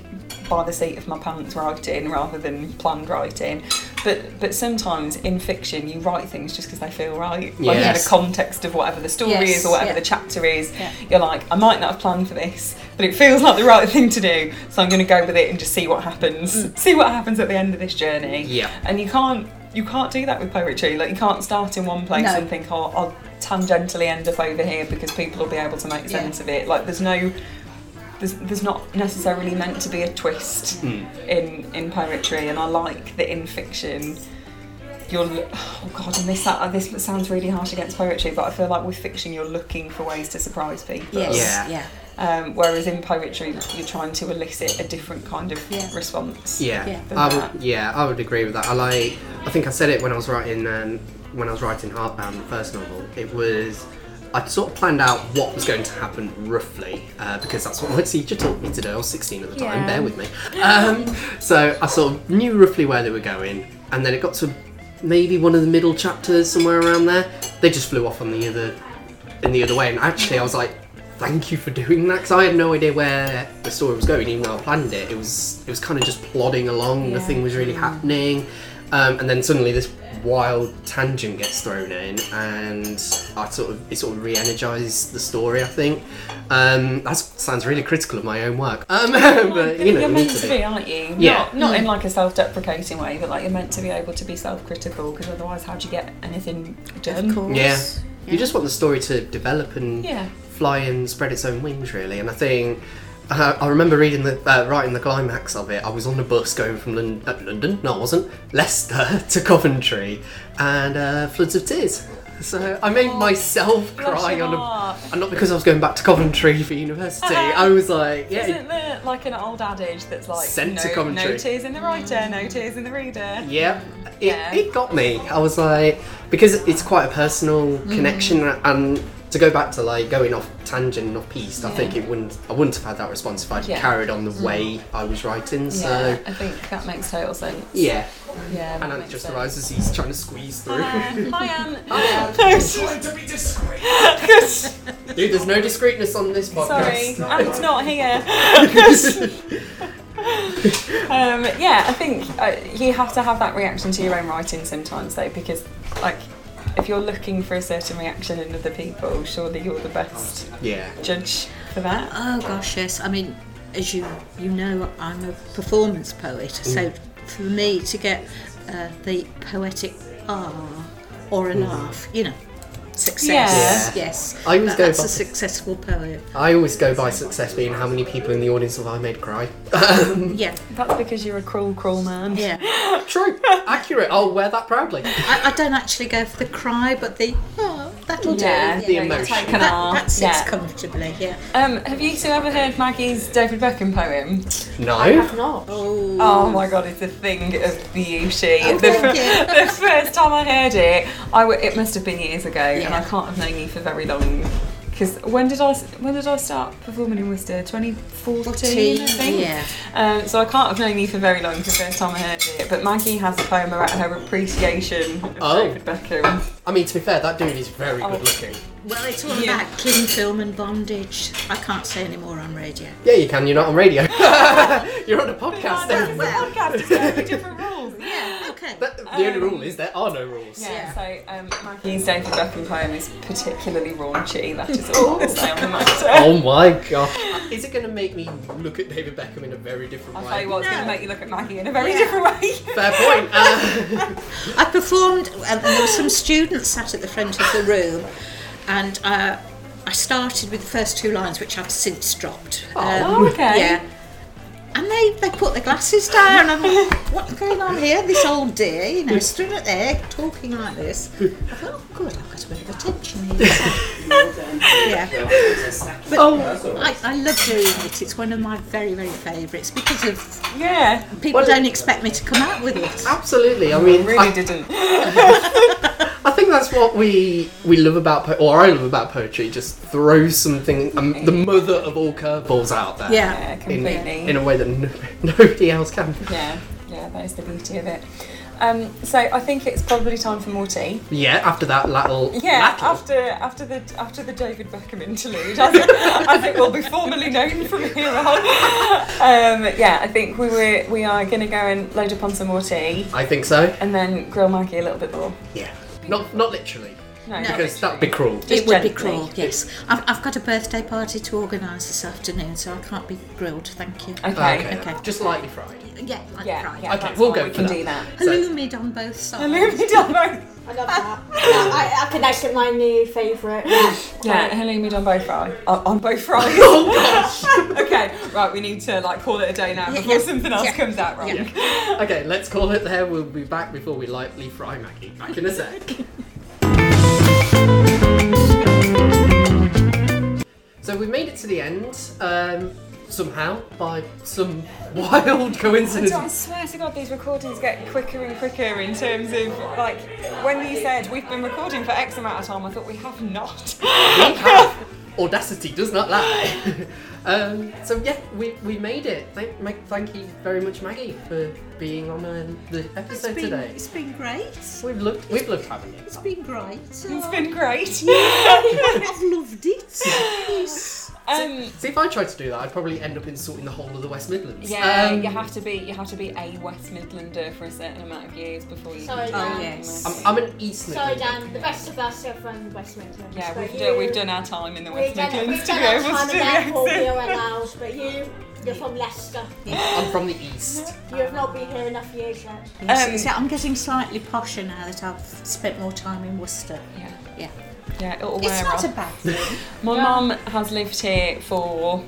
by the seat of my pants writing rather than planned writing, but but sometimes in fiction you write things just because they feel right, like in Yes. the context of whatever the story Yes, is or whatever yeah. the chapter is. Yeah. You're like, I might not have planned for this, but it feels like the right thing to do, so I'm going to go with it and just see what happens. Mm. See what happens at the end of this journey. Yeah. And you can't. You can't do that with poetry. Like you can't start in one place place No. and think, oh, I'll tangentially end up over here because people will be able to make Yeah. sense of it. Like, there's no there's, there's not necessarily meant to be a twist in in poetry, and I like that in fiction. You're, l- oh god, and this sou- this sounds really harsh against poetry, but I feel like with fiction you're looking for ways to surprise people. Yes. Yeah. Yeah. Um, whereas in poetry you're trying to elicit a different kind of Yeah. response. Yeah, Yeah. I would, yeah, I would agree with that. I like. I think I said it when I was writing um, when I was writing Heartbound, the first novel. It was. I sort of planned out what was going to happen roughly uh, because that's what my teacher taught me to do. I was 16 at the time. Yeah. Bear with me. Um, so I sort of knew roughly where they were going, and then it got to maybe one of the middle chapters somewhere around there. They just flew off on the other in the other way, and actually I was like. Thank you for doing that because I had no idea where the story was going, even though I planned it. It was it was kind of just plodding along. Nothing was really happening, um, and then suddenly this wild tangent gets thrown in, and I sort of it sort of re-energized the story. I think um, that sounds really critical of my own work, um, but you know, are it Oh, meant needs to to be, aren't you? Yeah. Not, not in like a self-deprecating way, but like you're meant to be able to be self-critical because otherwise, how do you get anything done? Of course. Yeah. You just want the story to develop and Yeah. fly and spread its own wings, really. And I think uh, I remember reading the uh, writing the climax of it. I was on a bus going from Lon- uh, London, no, I wasn't, Leicester to Coventry, and uh, floods of tears. So I made myself cry Oh, your on heart. a, and not because I was going back to Coventry for university. I was like, yeah, Isn't there like an old adage that's like Sent no, to Coventry. no tears in the writer, no tears in the reader? Yeah, it, Yeah. it got me. I was like, because it's quite a personal Mm-hmm. connection, and to go back to like going off tangent and off piste, I think it wouldn't. I wouldn't have had that response if I'd Yeah. Mm-hmm. carried on the way I was writing. Yeah, So I think that makes total sense. yeah, Yeah, that and Ant makes just sense. arrives as he's trying to squeeze through. Uh, hi, Anne. Trying to be discreet. Dude, there's no discreetness on this Sorry, podcast. Ant's not here. um, yeah, I think uh, you have to have that reaction to your own writing sometimes, though, because like if you're looking for a certain reaction in other people, surely you're the best yeah. judge for that. Oh gosh, yes. I mean, as you you know, I'm a performance poet, so for me to get uh, the poetic ah or a laugh, you know, success. Yeah. Yes, I always That- go that's by- a successful poet. I always go by success being how many people in the audience have I made cry. Yeah, That's because you're a cruel, cruel man. yeah. True, accurate. I'll wear that proudly. I, I don't actually go for the cry, but the oh, that'll Yeah, do. The yeah, you emotion. take an That, R, that sits yeah. comfortably. Yeah. Um, have you two ever heard Maggie's David Beckham poem? I No. have not. Oh, Oh my god, it's a thing of beauty. the, thank you. the first time I heard it, I w- it must have been years ago, and I Yeah. can't have known you for very long. Because when did I s- when did I start performing in Worcester? 2014, I think. yeah. Um, so I can't have known you for very long. 'cause The first time I heard it, but Maggie has a poem about her appreciation of Oh. David Beckham. I mean, to be fair, that dude is very Oh. good looking. Well, it's all Yeah. about kin film and bondage. I can't say any more on radio. Yeah, you can. You're not on radio. You're on a podcast. This is a podcast. It's got different rules. Yeah. Okay. That- the only rule is there are no rules. Yeah, so um, Maggie's David Beckham poem is particularly raunchy. That is all I'm going to say on the matter. Oh my god. Is it going to make me look at David Beckham in a very different I'll way? tell you what, it's going No. to make you look at Maggie in a very different way. Fair point. Uh, I performed, and there were some students sat at the front of the room, and uh, I started with the first two lines, which I've since dropped. Um, Oh, okay. Yeah. And they, they put their glasses down. I'm like, what's going on here? This old dear, you know, stood at there talking like this. I thought, oh, good, I've got a bit of attention here. yeah. But I, I love doing it. It's one of my very, very favourites because of Yeah, people Well, don't expect me to come out with it. absolutely. I mean, really I, didn't. I think that's what we we love about po- or I love about poetry. Just throw something, um, the mother of all curveballs out there. Yeah. Yeah, In, completely. in a way that no, nobody else can. yeah, yeah, that is the beauty of it. Um, so I think it's probably time for more tea. Yeah. After that little. Yeah, rattle. after after the after the David Beckham interlude, as, as it will be formally known from here on. Um, yeah, I think we were we are going to go and load up on some more tea I think so. and then grill Maggie a little bit more. Yeah. Not not literally No, because that'd be cruel. Just it would gently. be cruel, yes. I've, I've got a birthday party to organise this afternoon, so I can't be grilled, thank you. Okay. Oh, okay. Okay. Just lightly fried. Yeah, like Yeah, right. yeah, Okay, that's we'll fine, go We for can that. do that. Halloumi'd on both sides. Halloumi Dumbo. I love that. I, I can that's my new favourite. Oh, Yeah, halloumi on both fries. On, on both fries. Oh, okay, right, we need to like call it a day now Yeah, before yeah. something else Yeah. comes out wrong. Yeah. Okay, let's call it there. We'll be back before we lightly fry Maggie. Back in a sec. so we've made it to the end. Um, somehow, by some wild coincidence. I swear to God, these recordings get quicker and quicker in terms of like when you said we've been recording for X amount of time, I thought we have not. we have. Audacity does not lie. um, so yeah, we, we made it. Thank, Ma- thank you very much, Maggie, for being on uh, the episode been, today. it's been great. We've loved we've loved having you. It's been great. Oh, It's been great. I've loved it. Yes. Um, See, if I tried to do that, I'd probably end up insulting the whole of the West Midlands. yeah, Um, you have to be you have to be a West Midlander for a certain amount of years before you. Sorry, can Dan. join Um, Oh, yes. the West. I'm, I'm an East Sorry, Midlander. Dan. The best of us are from Westminster. yeah, But we've done, we've you- done our time in the We've West done, Midlands we've to done be our able to do time in Liverpool, the we accent. are allowed, but you, you're from Leicester. I'm from the East. You have not been here enough years yet. Um, so I'm getting slightly posher now that I've spent more time in Worcester. Yeah, Yeah. yeah, it'll wear It's off. not a bad thing. My mum has lived here for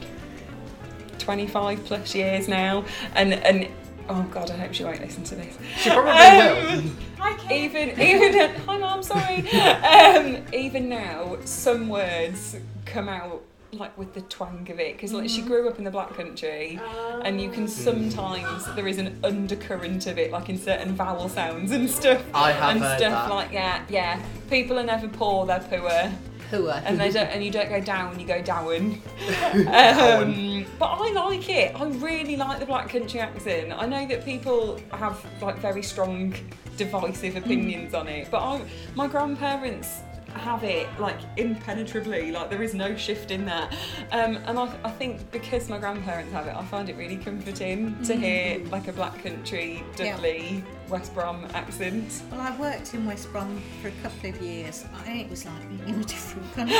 25 plus years now, and and oh god, I hope she won't listen to this. She probably will. Hi, Kate. Even even hi mum, sorry. Um, even now, some words come out like with the twang of it because like Mm. she grew up in the black country and you can sometimes there is an undercurrent of it like in certain vowel sounds and stuff I have and heard stuff that. like that yeah people are never poor they're poor and they don't and you don't go down you go down um, but i like it i really like the black country accent i know that people have like very strong divisive opinions on it but i my grandparents have it like impenetrably like there is no shift in that um, and I, I think because my grandparents have it i find it really comforting to hear like a black country Yeah. dudley west brom accent Well, I worked in West Brom for a couple of years, and it was like being in a different country.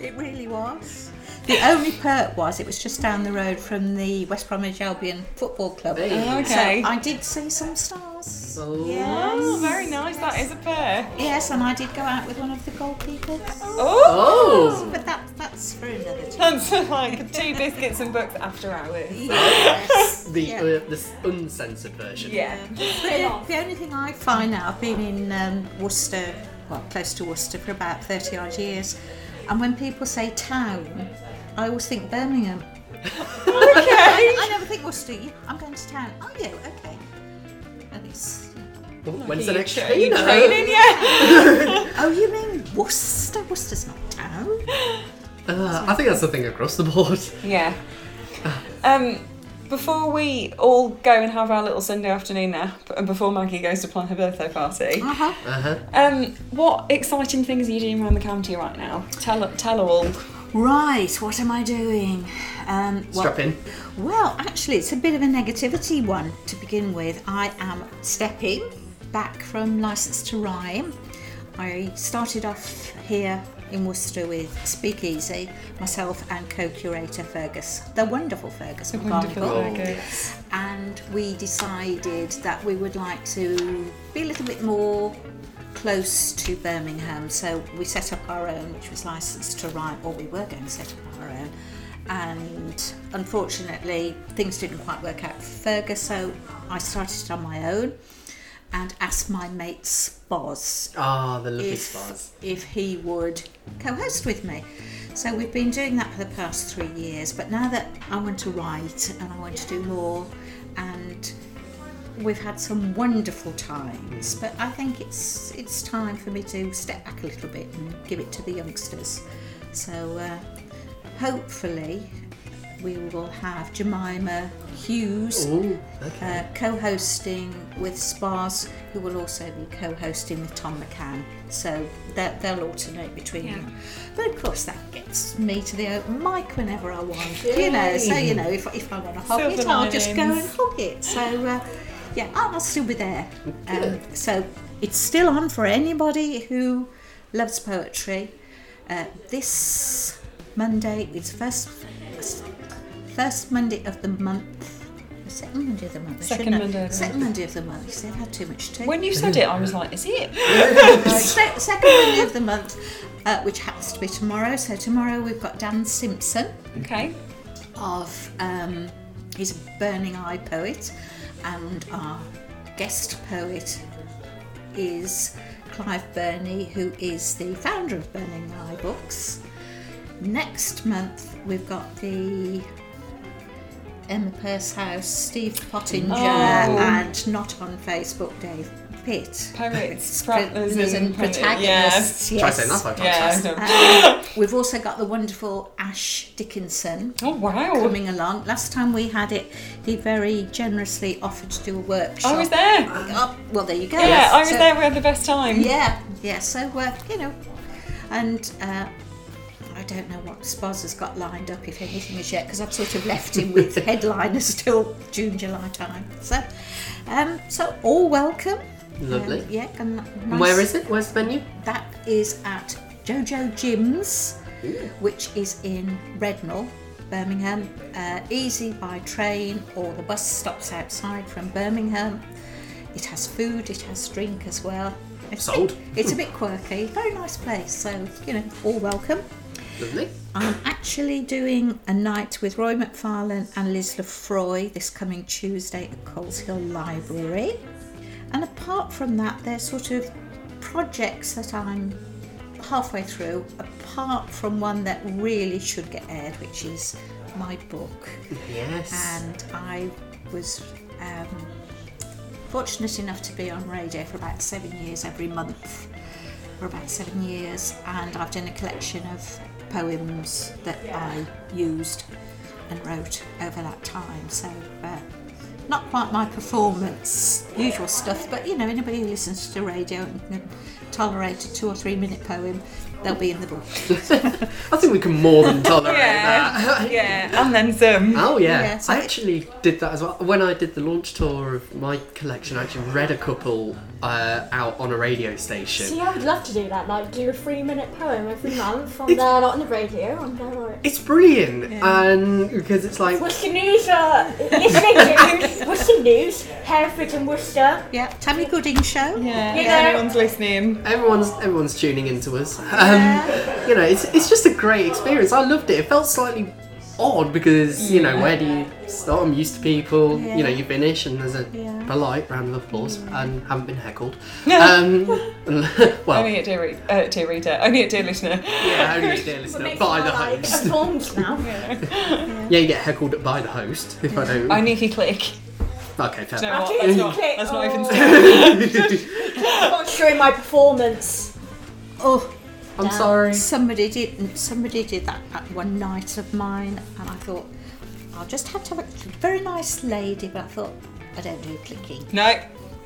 it really was. The only perk was it was just down the road from the West Bromwich Albion Football Club. Hey. Oh, okay. So I did see some stars. Oh. oh Yes. very nice that is a pair Yes, and I did go out with one of the goalkeepers. oh. Oh. But that, that's for another time. That's like two biscuits and books after hours. Yes. The Yeah. uh, this uncensored version. Yeah. The, the only thing I find now, I've been in um, Worcester, well, close to Worcester for about 30 odd years, and when people say town, I always think Birmingham. okay. I, I never think Worcester. You- I'm going to town. Are you? Okay. And it's, Oh, When's the You next Uh, tra- train? you training yet? oh, you mean Worcester? Worcester's not town. Uh, I think that's the thing across the board. Yeah. Um, before we all go and have our little Sunday afternoon nap, and before Maggie goes to plan her birthday party, Uh-huh. Uh-huh. um, what exciting things are you doing around the county right now? Tell tell all. Right, what am I doing? Um, well, Strap in. Well, actually, it's a bit of a negativity one to begin with. I am stepping back from License to Rhyme. I started off here in Worcester with Speakeasy, myself and co curator Fergus, the wonderful Fergus Wonderful. McGarnagle. Okay. And we decided that we would like to be a little bit more close to Birmingham. So we set up our own, which was licensed to rhyme, or we were going to set up our own. And unfortunately, things didn't quite work out for Fergus, so I started it on my own and asked my mate Spoz Ah, the lovely if, spas. if he would co-host with me. So we've been doing that for the past three years, but now that I want to write and I want to do more, and we've had some wonderful times, but I think it's it's time for me to step back a little bit and give it to the youngsters. So uh, hopefully we will have Jemima Hughes Ooh, okay. uh, co-hosting with Spars, who will also be co-hosting with Tom McCann. So they'll, they'll alternate between them. But of course, that gets me to the open mic whenever I want. You know, so you know, if, if I want to hog Silver it, I'll just go and linings. hog it. So uh, yeah, I'll still be there. Um, so it's still on for anybody who loves poetry. Uh, this Monday, it's first first Monday of the month. The Second Monday of the month. I Second shouldn't know. Monday of the Second Monday of the month. Because they've had too much tea. When you said it, I was like, is it? Se- second Monday of the month, uh, which happens to be tomorrow. So tomorrow we've got Dan Simpson Okay. of um, he's a burning eye poet, and our guest poet is Clive Burney, who is the founder of Burning Eye Books. Next month we've got the Emma Pursehouse, Steve Pottinger, and not on Facebook, Dave Pitt. Poets, Protagonists, grapplers, and protagonists. Try Yes. saying that five times Yeah. fast. yeah. I know. Um, we've also got the wonderful Ash Dickinson Oh wow! coming along. Last time we had it, he very generously offered to do a workshop. I was there. Oh, well, there you go. Yeah, I was So- there. We had the best time. Yeah, yeah. So uh, you know, and uh, I don't know what Spoz has got lined up if anything is yet because I've sort of left him with headliners till June, July time. So, um, so all welcome. Lovely. Um, yeah, and nice. And Where is it? Where's the menu? That is at Jojo Jim's, which is in Rednall, Birmingham. Uh, easy by train or the bus stops outside from Birmingham. It has food, it has drink as well. It's a bit- Sold. it's a bit quirky, very nice place. So you know, all welcome. Lovely. I'm actually doing a night with Roy McFarlane and Liz Lefroy this coming Tuesday at Coles Hill Library. And apart from that, there's sort of projects that I'm halfway through, apart from one that really should get aired, which is my book. Yes. And I was um, fortunate enough to be on radio for about seven years every month for about seven years, and I've done a collection of poems that I used and wrote over that time. So, uh, not quite my performance, usual stuff, but you know, anybody who listens to radio and can tolerate a two or three minute poem, they'll be in the book. I think we can more than tolerate Yeah. that. yeah, and then some. Oh yeah, Yeah, so I it- actually did that as well. When I did the launch tour of my collection, I actually read a couple uh, out on a radio station. See, I would love to do that. Like, do a three-minute poem every month on there, not on the radio. On there, like, It's brilliant, and because it's like what's the news? Uh, listening news. What's the news? Hereford and Worcester. Yeah, Tammy Gooding Show. Yeah, You know- everyone's listening. everyone's everyone's tuning into us. Um, You know, it's it's just a great experience. I loved it. It felt slightly odd because you know where do you start? I'm used to people. You know, you finish and there's a Yeah. polite round of applause and haven't been heckled. um, well, Only at dear, re- uh, dear reader, only at dear listener. Oh. yeah, only a dear listener by the host. Forms now. Yeah, you get heckled by the host if I don't. Only if you click. Okay, fair. Do you know Click, what? That's not, click, that's not even. Not showing my performance. Oh, I'm sorry. Somebody did. Somebody did that at one night of mine, and I thought I'll just have to have a very nice lady. But I thought I don't do clicking. No.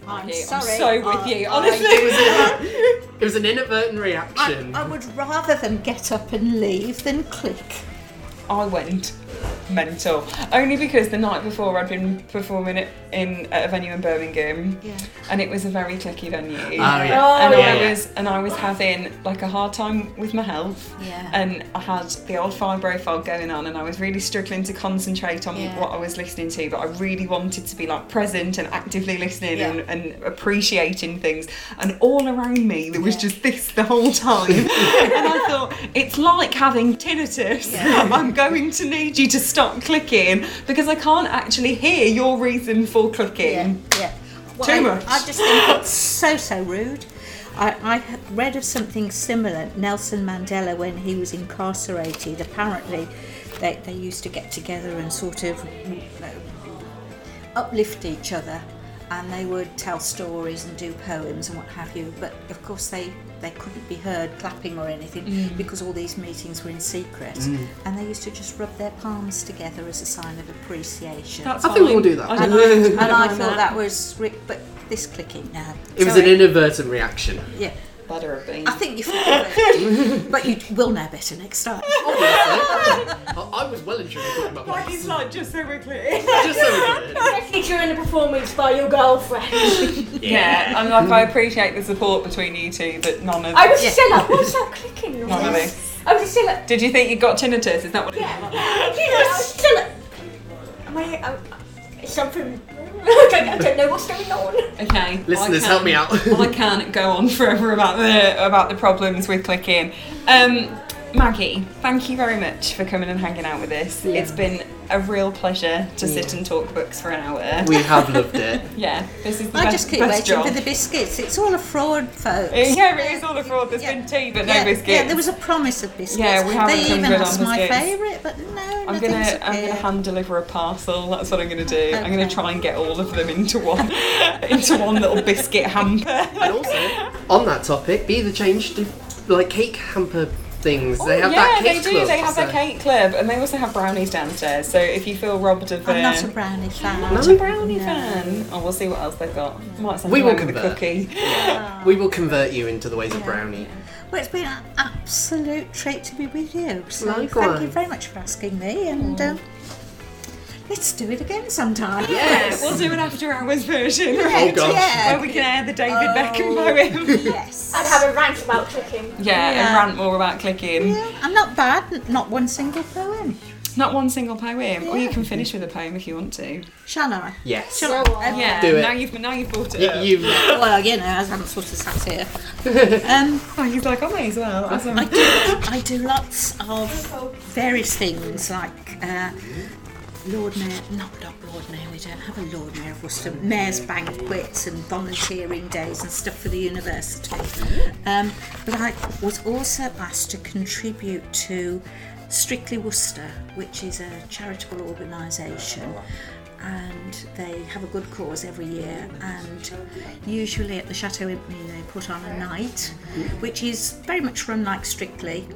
I'm Yeah, sorry. I'm so with I- you, It honestly. was, an- it was an inadvertent I, reaction. I would rather them get up and leave than click. I went mental only because the night before I'd been performing it in at a venue in Birmingham, Yeah. and it was a very clicky venue. Oh yeah. And Oh, I yeah. was and I was having like a hard time with my health. Yeah. And I had the old fibro fog going on, and I was really struggling to concentrate on Yeah. what I was listening to. But I really wanted to be like present and actively listening Yeah. and, and appreciating things. And all around me, there was just this the whole time. and I thought it's like having tinnitus. I'm going to need you to stop clicking because I can't actually hear your reason for clicking. Yeah, yeah. Well, Too I, much. I just think it's so so rude. I, I read of something similar. Nelson Mandela, when he was incarcerated, apparently they, they used to get together and sort of you know, uplift each other, and they would tell stories and do poems and what have you. But of course, they they couldn't be heard clapping or anything Mm. because all these meetings were in secret, and they used to just rub their palms together as a sign of appreciation. That's I think fine. we'll do that. I And don't I, and mind I thought that was, ri- but this clicking now. it was an inadvertent reaction. Yeah, Better have been. I think you've got it. but you will know better next time. I, I was well and truly putting my Like, place. it's like just so we're clear. Just so we did. Especially during a performance by your girlfriend. Yeah, and like I appreciate the support between you two, but none of. I was still like, what's that clicking noise? None of it. I was still like, Did you think you got tinnitus? Is that what? yeah, you know, I was still like, am I, I, I- something, I don't, I don't know what's going on. It, okay. Listeners, I help me out. I can't go on forever about the about the problems with clicking. Um, Maggie, thank you very much for coming and hanging out with us. It's been a real pleasure to sit and talk books for an hour. We have loved it. yeah, this is the I best, just keep best waiting job. for the biscuits. It's all a fraud, folks. Yeah, it is all a fraud. There's Yeah. been tea, but no yeah, biscuits. yeah, there was a promise of biscuits. Yeah, we haven't They done even good asked on my biscuits. favourite, but no, I'm nothing's gonna I'm gonna appeared. hand deliver a parcel. That's what I'm gonna do. I'm gonna Okay. try and get all of them into one into one little biscuit hamper. And also, on that topic, be the change to like cake hamper things. they have Oh, yeah, that they cake do. club, they have so- that cake club, and they also have brownies downstairs. So if you feel robbed of I'm uh, not a brownie fan. not a brownie fan, oh, we'll see what else they've got. Might send We them will over the convert. cookie. We will convert you into the ways of brownie. Well, it's been an absolute treat to be with you. So thank you Likewise. very much for asking me, and Mm. um, let's do it again sometime. Yes, we'll do an after hours version Oh gosh. where we can air the Oh. David Beckham poem. Yes. I'd have a rant about cooking. Yeah, and Yeah. rant more about clicking. Yeah, I'm not bad. n- Not one single poem. Not one single poem, or you can finish with a poem if you want to. Shall I? Yes. Shall I? Um, Yeah, Do it. now you've now you've bought it. Y- up. you- Well, you know, as I'm sort of sat here. Um, Oh, he's like, I may as well. Awesome. I do, I do lots of various things like uh, Lord Mayor, not, not Lord Mayor, we don't have a Lord Mayor of Worcester, Mayor's banquets and volunteering days and stuff for the university. Um, but I was also asked to contribute to Strictly Worcester, which is a charitable organisation. And they have a good cause every year, and usually at the Chateau Impney they put on a night, which is very much run like Strictly.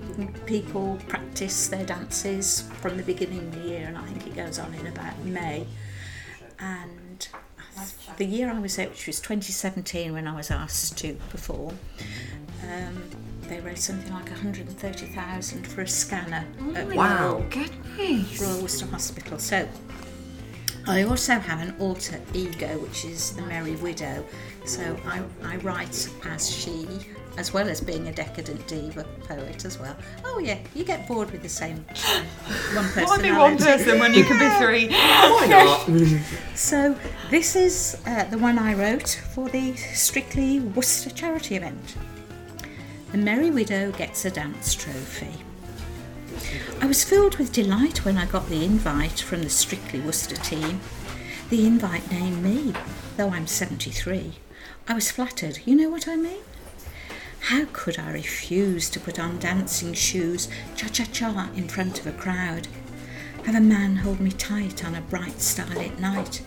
People practice their dances from the beginning of the year, and I think it goes on in about May. And the year I was there, which was 2017, when I was asked to perform, um, they raised something like 130,000 for a scanner at wow. Royal Worcester Hospital. So I also have an alter ego, which is the Merry Widow. So I, I write as she, as well as being a decadent diva poet as well. Oh yeah, you get bored with the same one person. Why be one person when you can be three? Why not? So this is uh, the one I wrote for the Strictly Worcester charity event. The Merry Widow gets a dance trophy. I was filled with delight when I got the invite from the Strictly Worcester team. The invite named me, though I'm 73. I was flattered, you know what I mean? How could I refuse to put on dancing shoes, cha cha cha, in front of a crowd? Have a man hold me tight on a bright starlit night?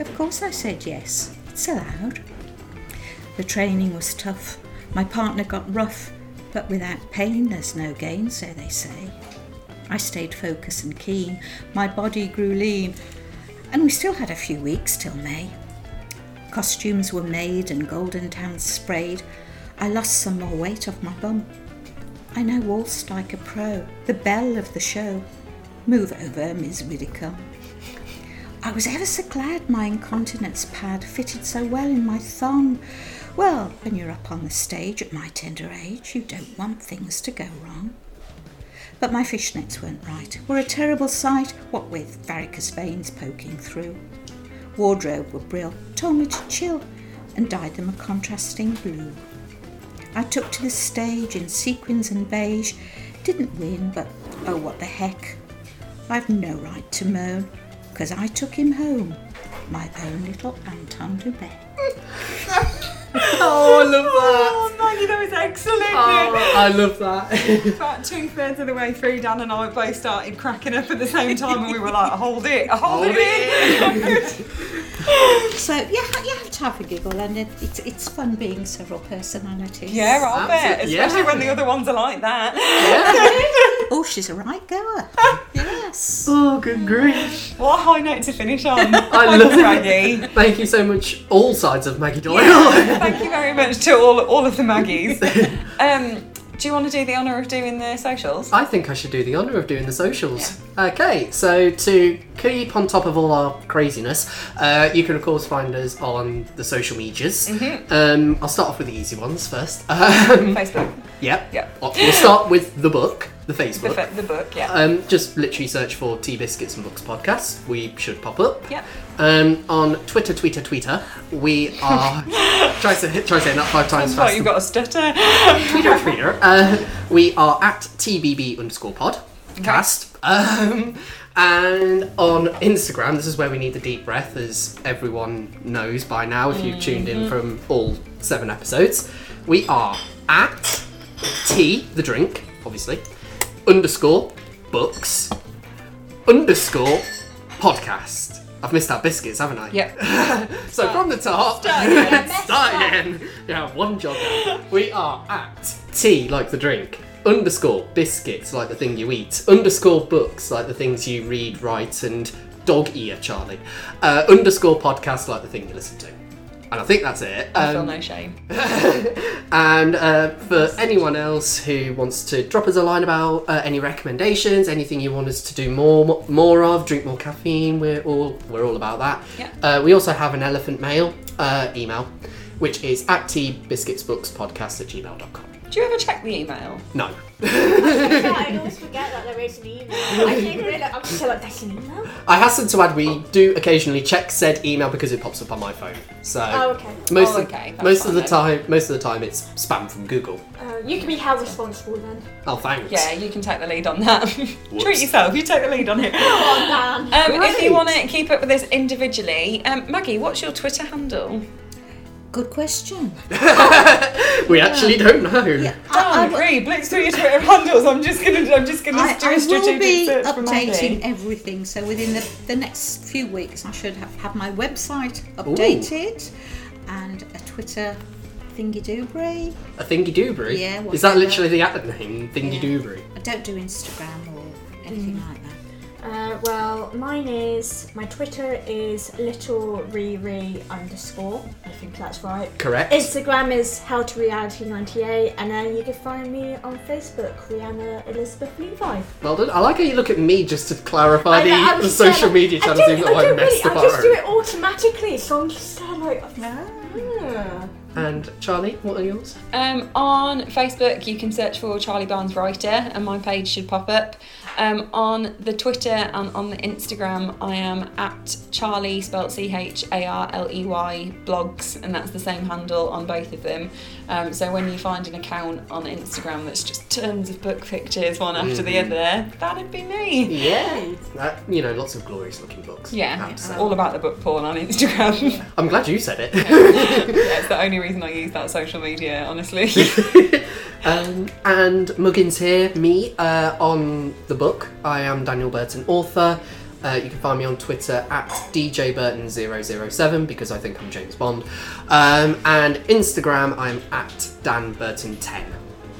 Of course I said yes, it's allowed. The training was tough, my partner got rough, but without pain there's no gain, so they say. I stayed focused and keen, my body grew lean, and we still had a few weeks till May. Costumes were made and golden tans sprayed. I lost some more weight off my bum. I now waltzed like a pro, the belle of the show. Move over, Miss Whittaker. I was ever so glad my incontinence pad fitted so well in my thong. Well, when you're up on the stage at my tender age, you don't want things to go wrong. But my fishnets weren't right, were a terrible sight, what with varicose veins poking through. Wardrobe were brill, told me to chill, and dyed them a contrasting blue. I took to the stage in sequins and beige, didn't win, but oh what the heck. I've no right to moan, 'cause I took him home, my own little Anton Dubé. Oh, I love that. Maggie, that was excellent. Oh. I love that. About two thirds of the way through, Dan and I both started cracking up at the same time, and we were like, "Hold it, hold, it!" So yeah, you have to have a giggle, and it, it's it's fun being several personalities. Yeah, I bet, Absolutely, especially yeah. when the other ones are like that. Oh, she's a right goer. yes. oh, good grief. What a high note to finish on. I Thanks, love it. Maggie. Thank you so much, all sides of Maggie Doyle. Thank you very much to all all of the Maggies. Um, do you want to do the honour of doing the socials? I think I should do the honour of doing the socials. Okay, so to keep on top of all our craziness, uh, you can of course find us on the social medias. Mm-hmm. Um, I'll start off with the easy ones first. Um, Facebook. yep. Yep. We'll start with the book. the The, Facebook. fa- the book, yeah. um, just literally search for Tea Biscuits and Books podcast. We should pop up. Yep. Um, on Twitter, Twitter, Twitter, we are. try, say, try saying that five times That's right, fast. Oh, you've got a stutter. um, Twitter, Twitter. Uh, we are at TBB underscore pod cast. Um, and on Instagram, this is where we need the deep breath, as everyone knows by now if you've tuned in from all seven episodes. We are at T, the drink, obviously, underscore books, underscore podcast. I've missed out biscuits, haven't I? Yep. So from the top, start again. Yeah, one job. now. We are at tea like the drink. Underscore biscuits like the thing you eat. Underscore books like the things you read, write, and dog ear Charlie. Uh, underscore podcast like the thing you listen to. And I think that's it. I feel Um, no shame. and uh, for anyone else who wants to drop us a line about uh, any recommendations, anything you want us to do more mo- more of, drink more caffeine, we're all we're all about that. Yeah. Uh, we also have an elephant mail uh, email, which is at tbiscuitsbookspodcast at gmail.com. Do you ever check the email? No. Yeah, I always forget that there is an email. I didn't realise. I'm just like, that's an email? I hasten to add we do occasionally check said email because it pops up on my phone. So Oh, okay. most Oh, of- okay, that's most of the fine time most of the time it's spam from Google. Uh, you can be held responsible then. Oh thanks. Yeah, you can take the lead on that. Treat yourself, you take the lead on it. Oh, man. Um, if Right. you want to keep up with us individually, um, Maggie, what's your Twitter handle? Good question. We actually don't know. Yeah, Oh, I- I Don't w- agree. Oh, Blitz through your Twitter handles. I'm just gonna, I'm just gonna I, do I a will strategic be search for updating Maggie. everything. So within the, the next few weeks, I should have, have my website updated and a Twitter thingy doobry. A thingy doobry. Yeah, Is that whatever. literally the ad name? Thingy Yeah. doobry. I don't do Instagram or anything Mm. like that. Uh, well, mine is my Twitter is little riri underscore. I think that's right. Correct. Instagram is how to reality 98, and then you can find me on Facebook, Rihanna Elizabeth Levi. well done. I like how you look at me just to clarify I the, know, I'm the just there, social like- media channels, I even don't, though I I don't messed really, up I our just do own. it automatically, so I'm just there like. Ah. "Hmm." And Charlie, what are yours? Um, on Facebook, you can search for Charlie Barnes Writer, and my page should pop up. Um, on the Twitter and on the Instagram, I am at Charlie, spelled C H A R L E Y, blogs, and that's the same handle on both of them. Um, so when you find an account on Instagram that's just tons of book pictures, one after the other, that'd be me. Yeah. That, you know, lots of glorious looking books. Yeah, it's Absolutely. all about the book porn on Instagram. I'm glad you said it. That's the only reason I use that social media, honestly. um, and Muggins here, me, uh, on the book. I am Daniel Burton, author. Uh, you can find me on Twitter at DJBurton007 because I think I'm James Bond. Um, and Instagram, I'm at DanBurton10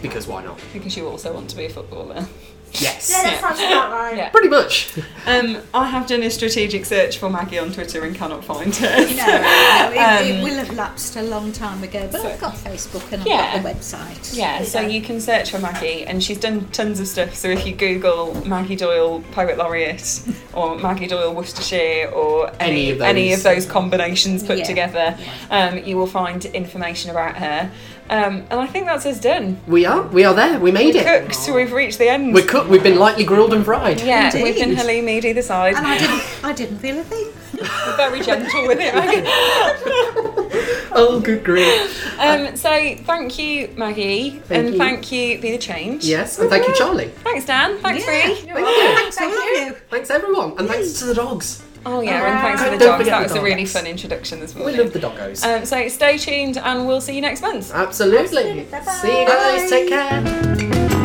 because why not? because you also want to be a footballer. Yes. Yeah, that sounds about right. Yeah. Pretty much. Um, I have done a strategic search for Maggie on Twitter and cannot find her. No, no it, it Um, will have lapsed a long time ago, but I've got Facebook and Yeah. I've got the website. Yeah, so you can search for Maggie, and she's done tons of stuff. So if you Google Maggie Doyle Poet Laureate or Maggie Doyle Worcestershire or any, Any any, of of, those. those combinations put Yeah. together, um, you will find information about her. Um, and I think that's us done. We are. We are there. We made We're it. cooked, so we've reached the end. We're cooked. We've been lightly grilled and fried. yeah, we've been Indeed. halloumi either side. And I didn't, I didn't feel a thing. We're very gentle with it, Maggie. Oh, good grief. Um, so thank you, Maggie, and you. thank you, Be the Change. Yes, and thank you, Charlie. Thanks, Dan. Thanks, Yeah. Ree. Thanks, I love you. Thanks, everyone, and thanks to the dogs. Oh yeah, and thanks for the Don't dogs. forget That the was a really dogs. fun introduction this We morning. love the doggos. Um, so stay tuned, and we'll see you next month. Absolutely. See you guys. Take care.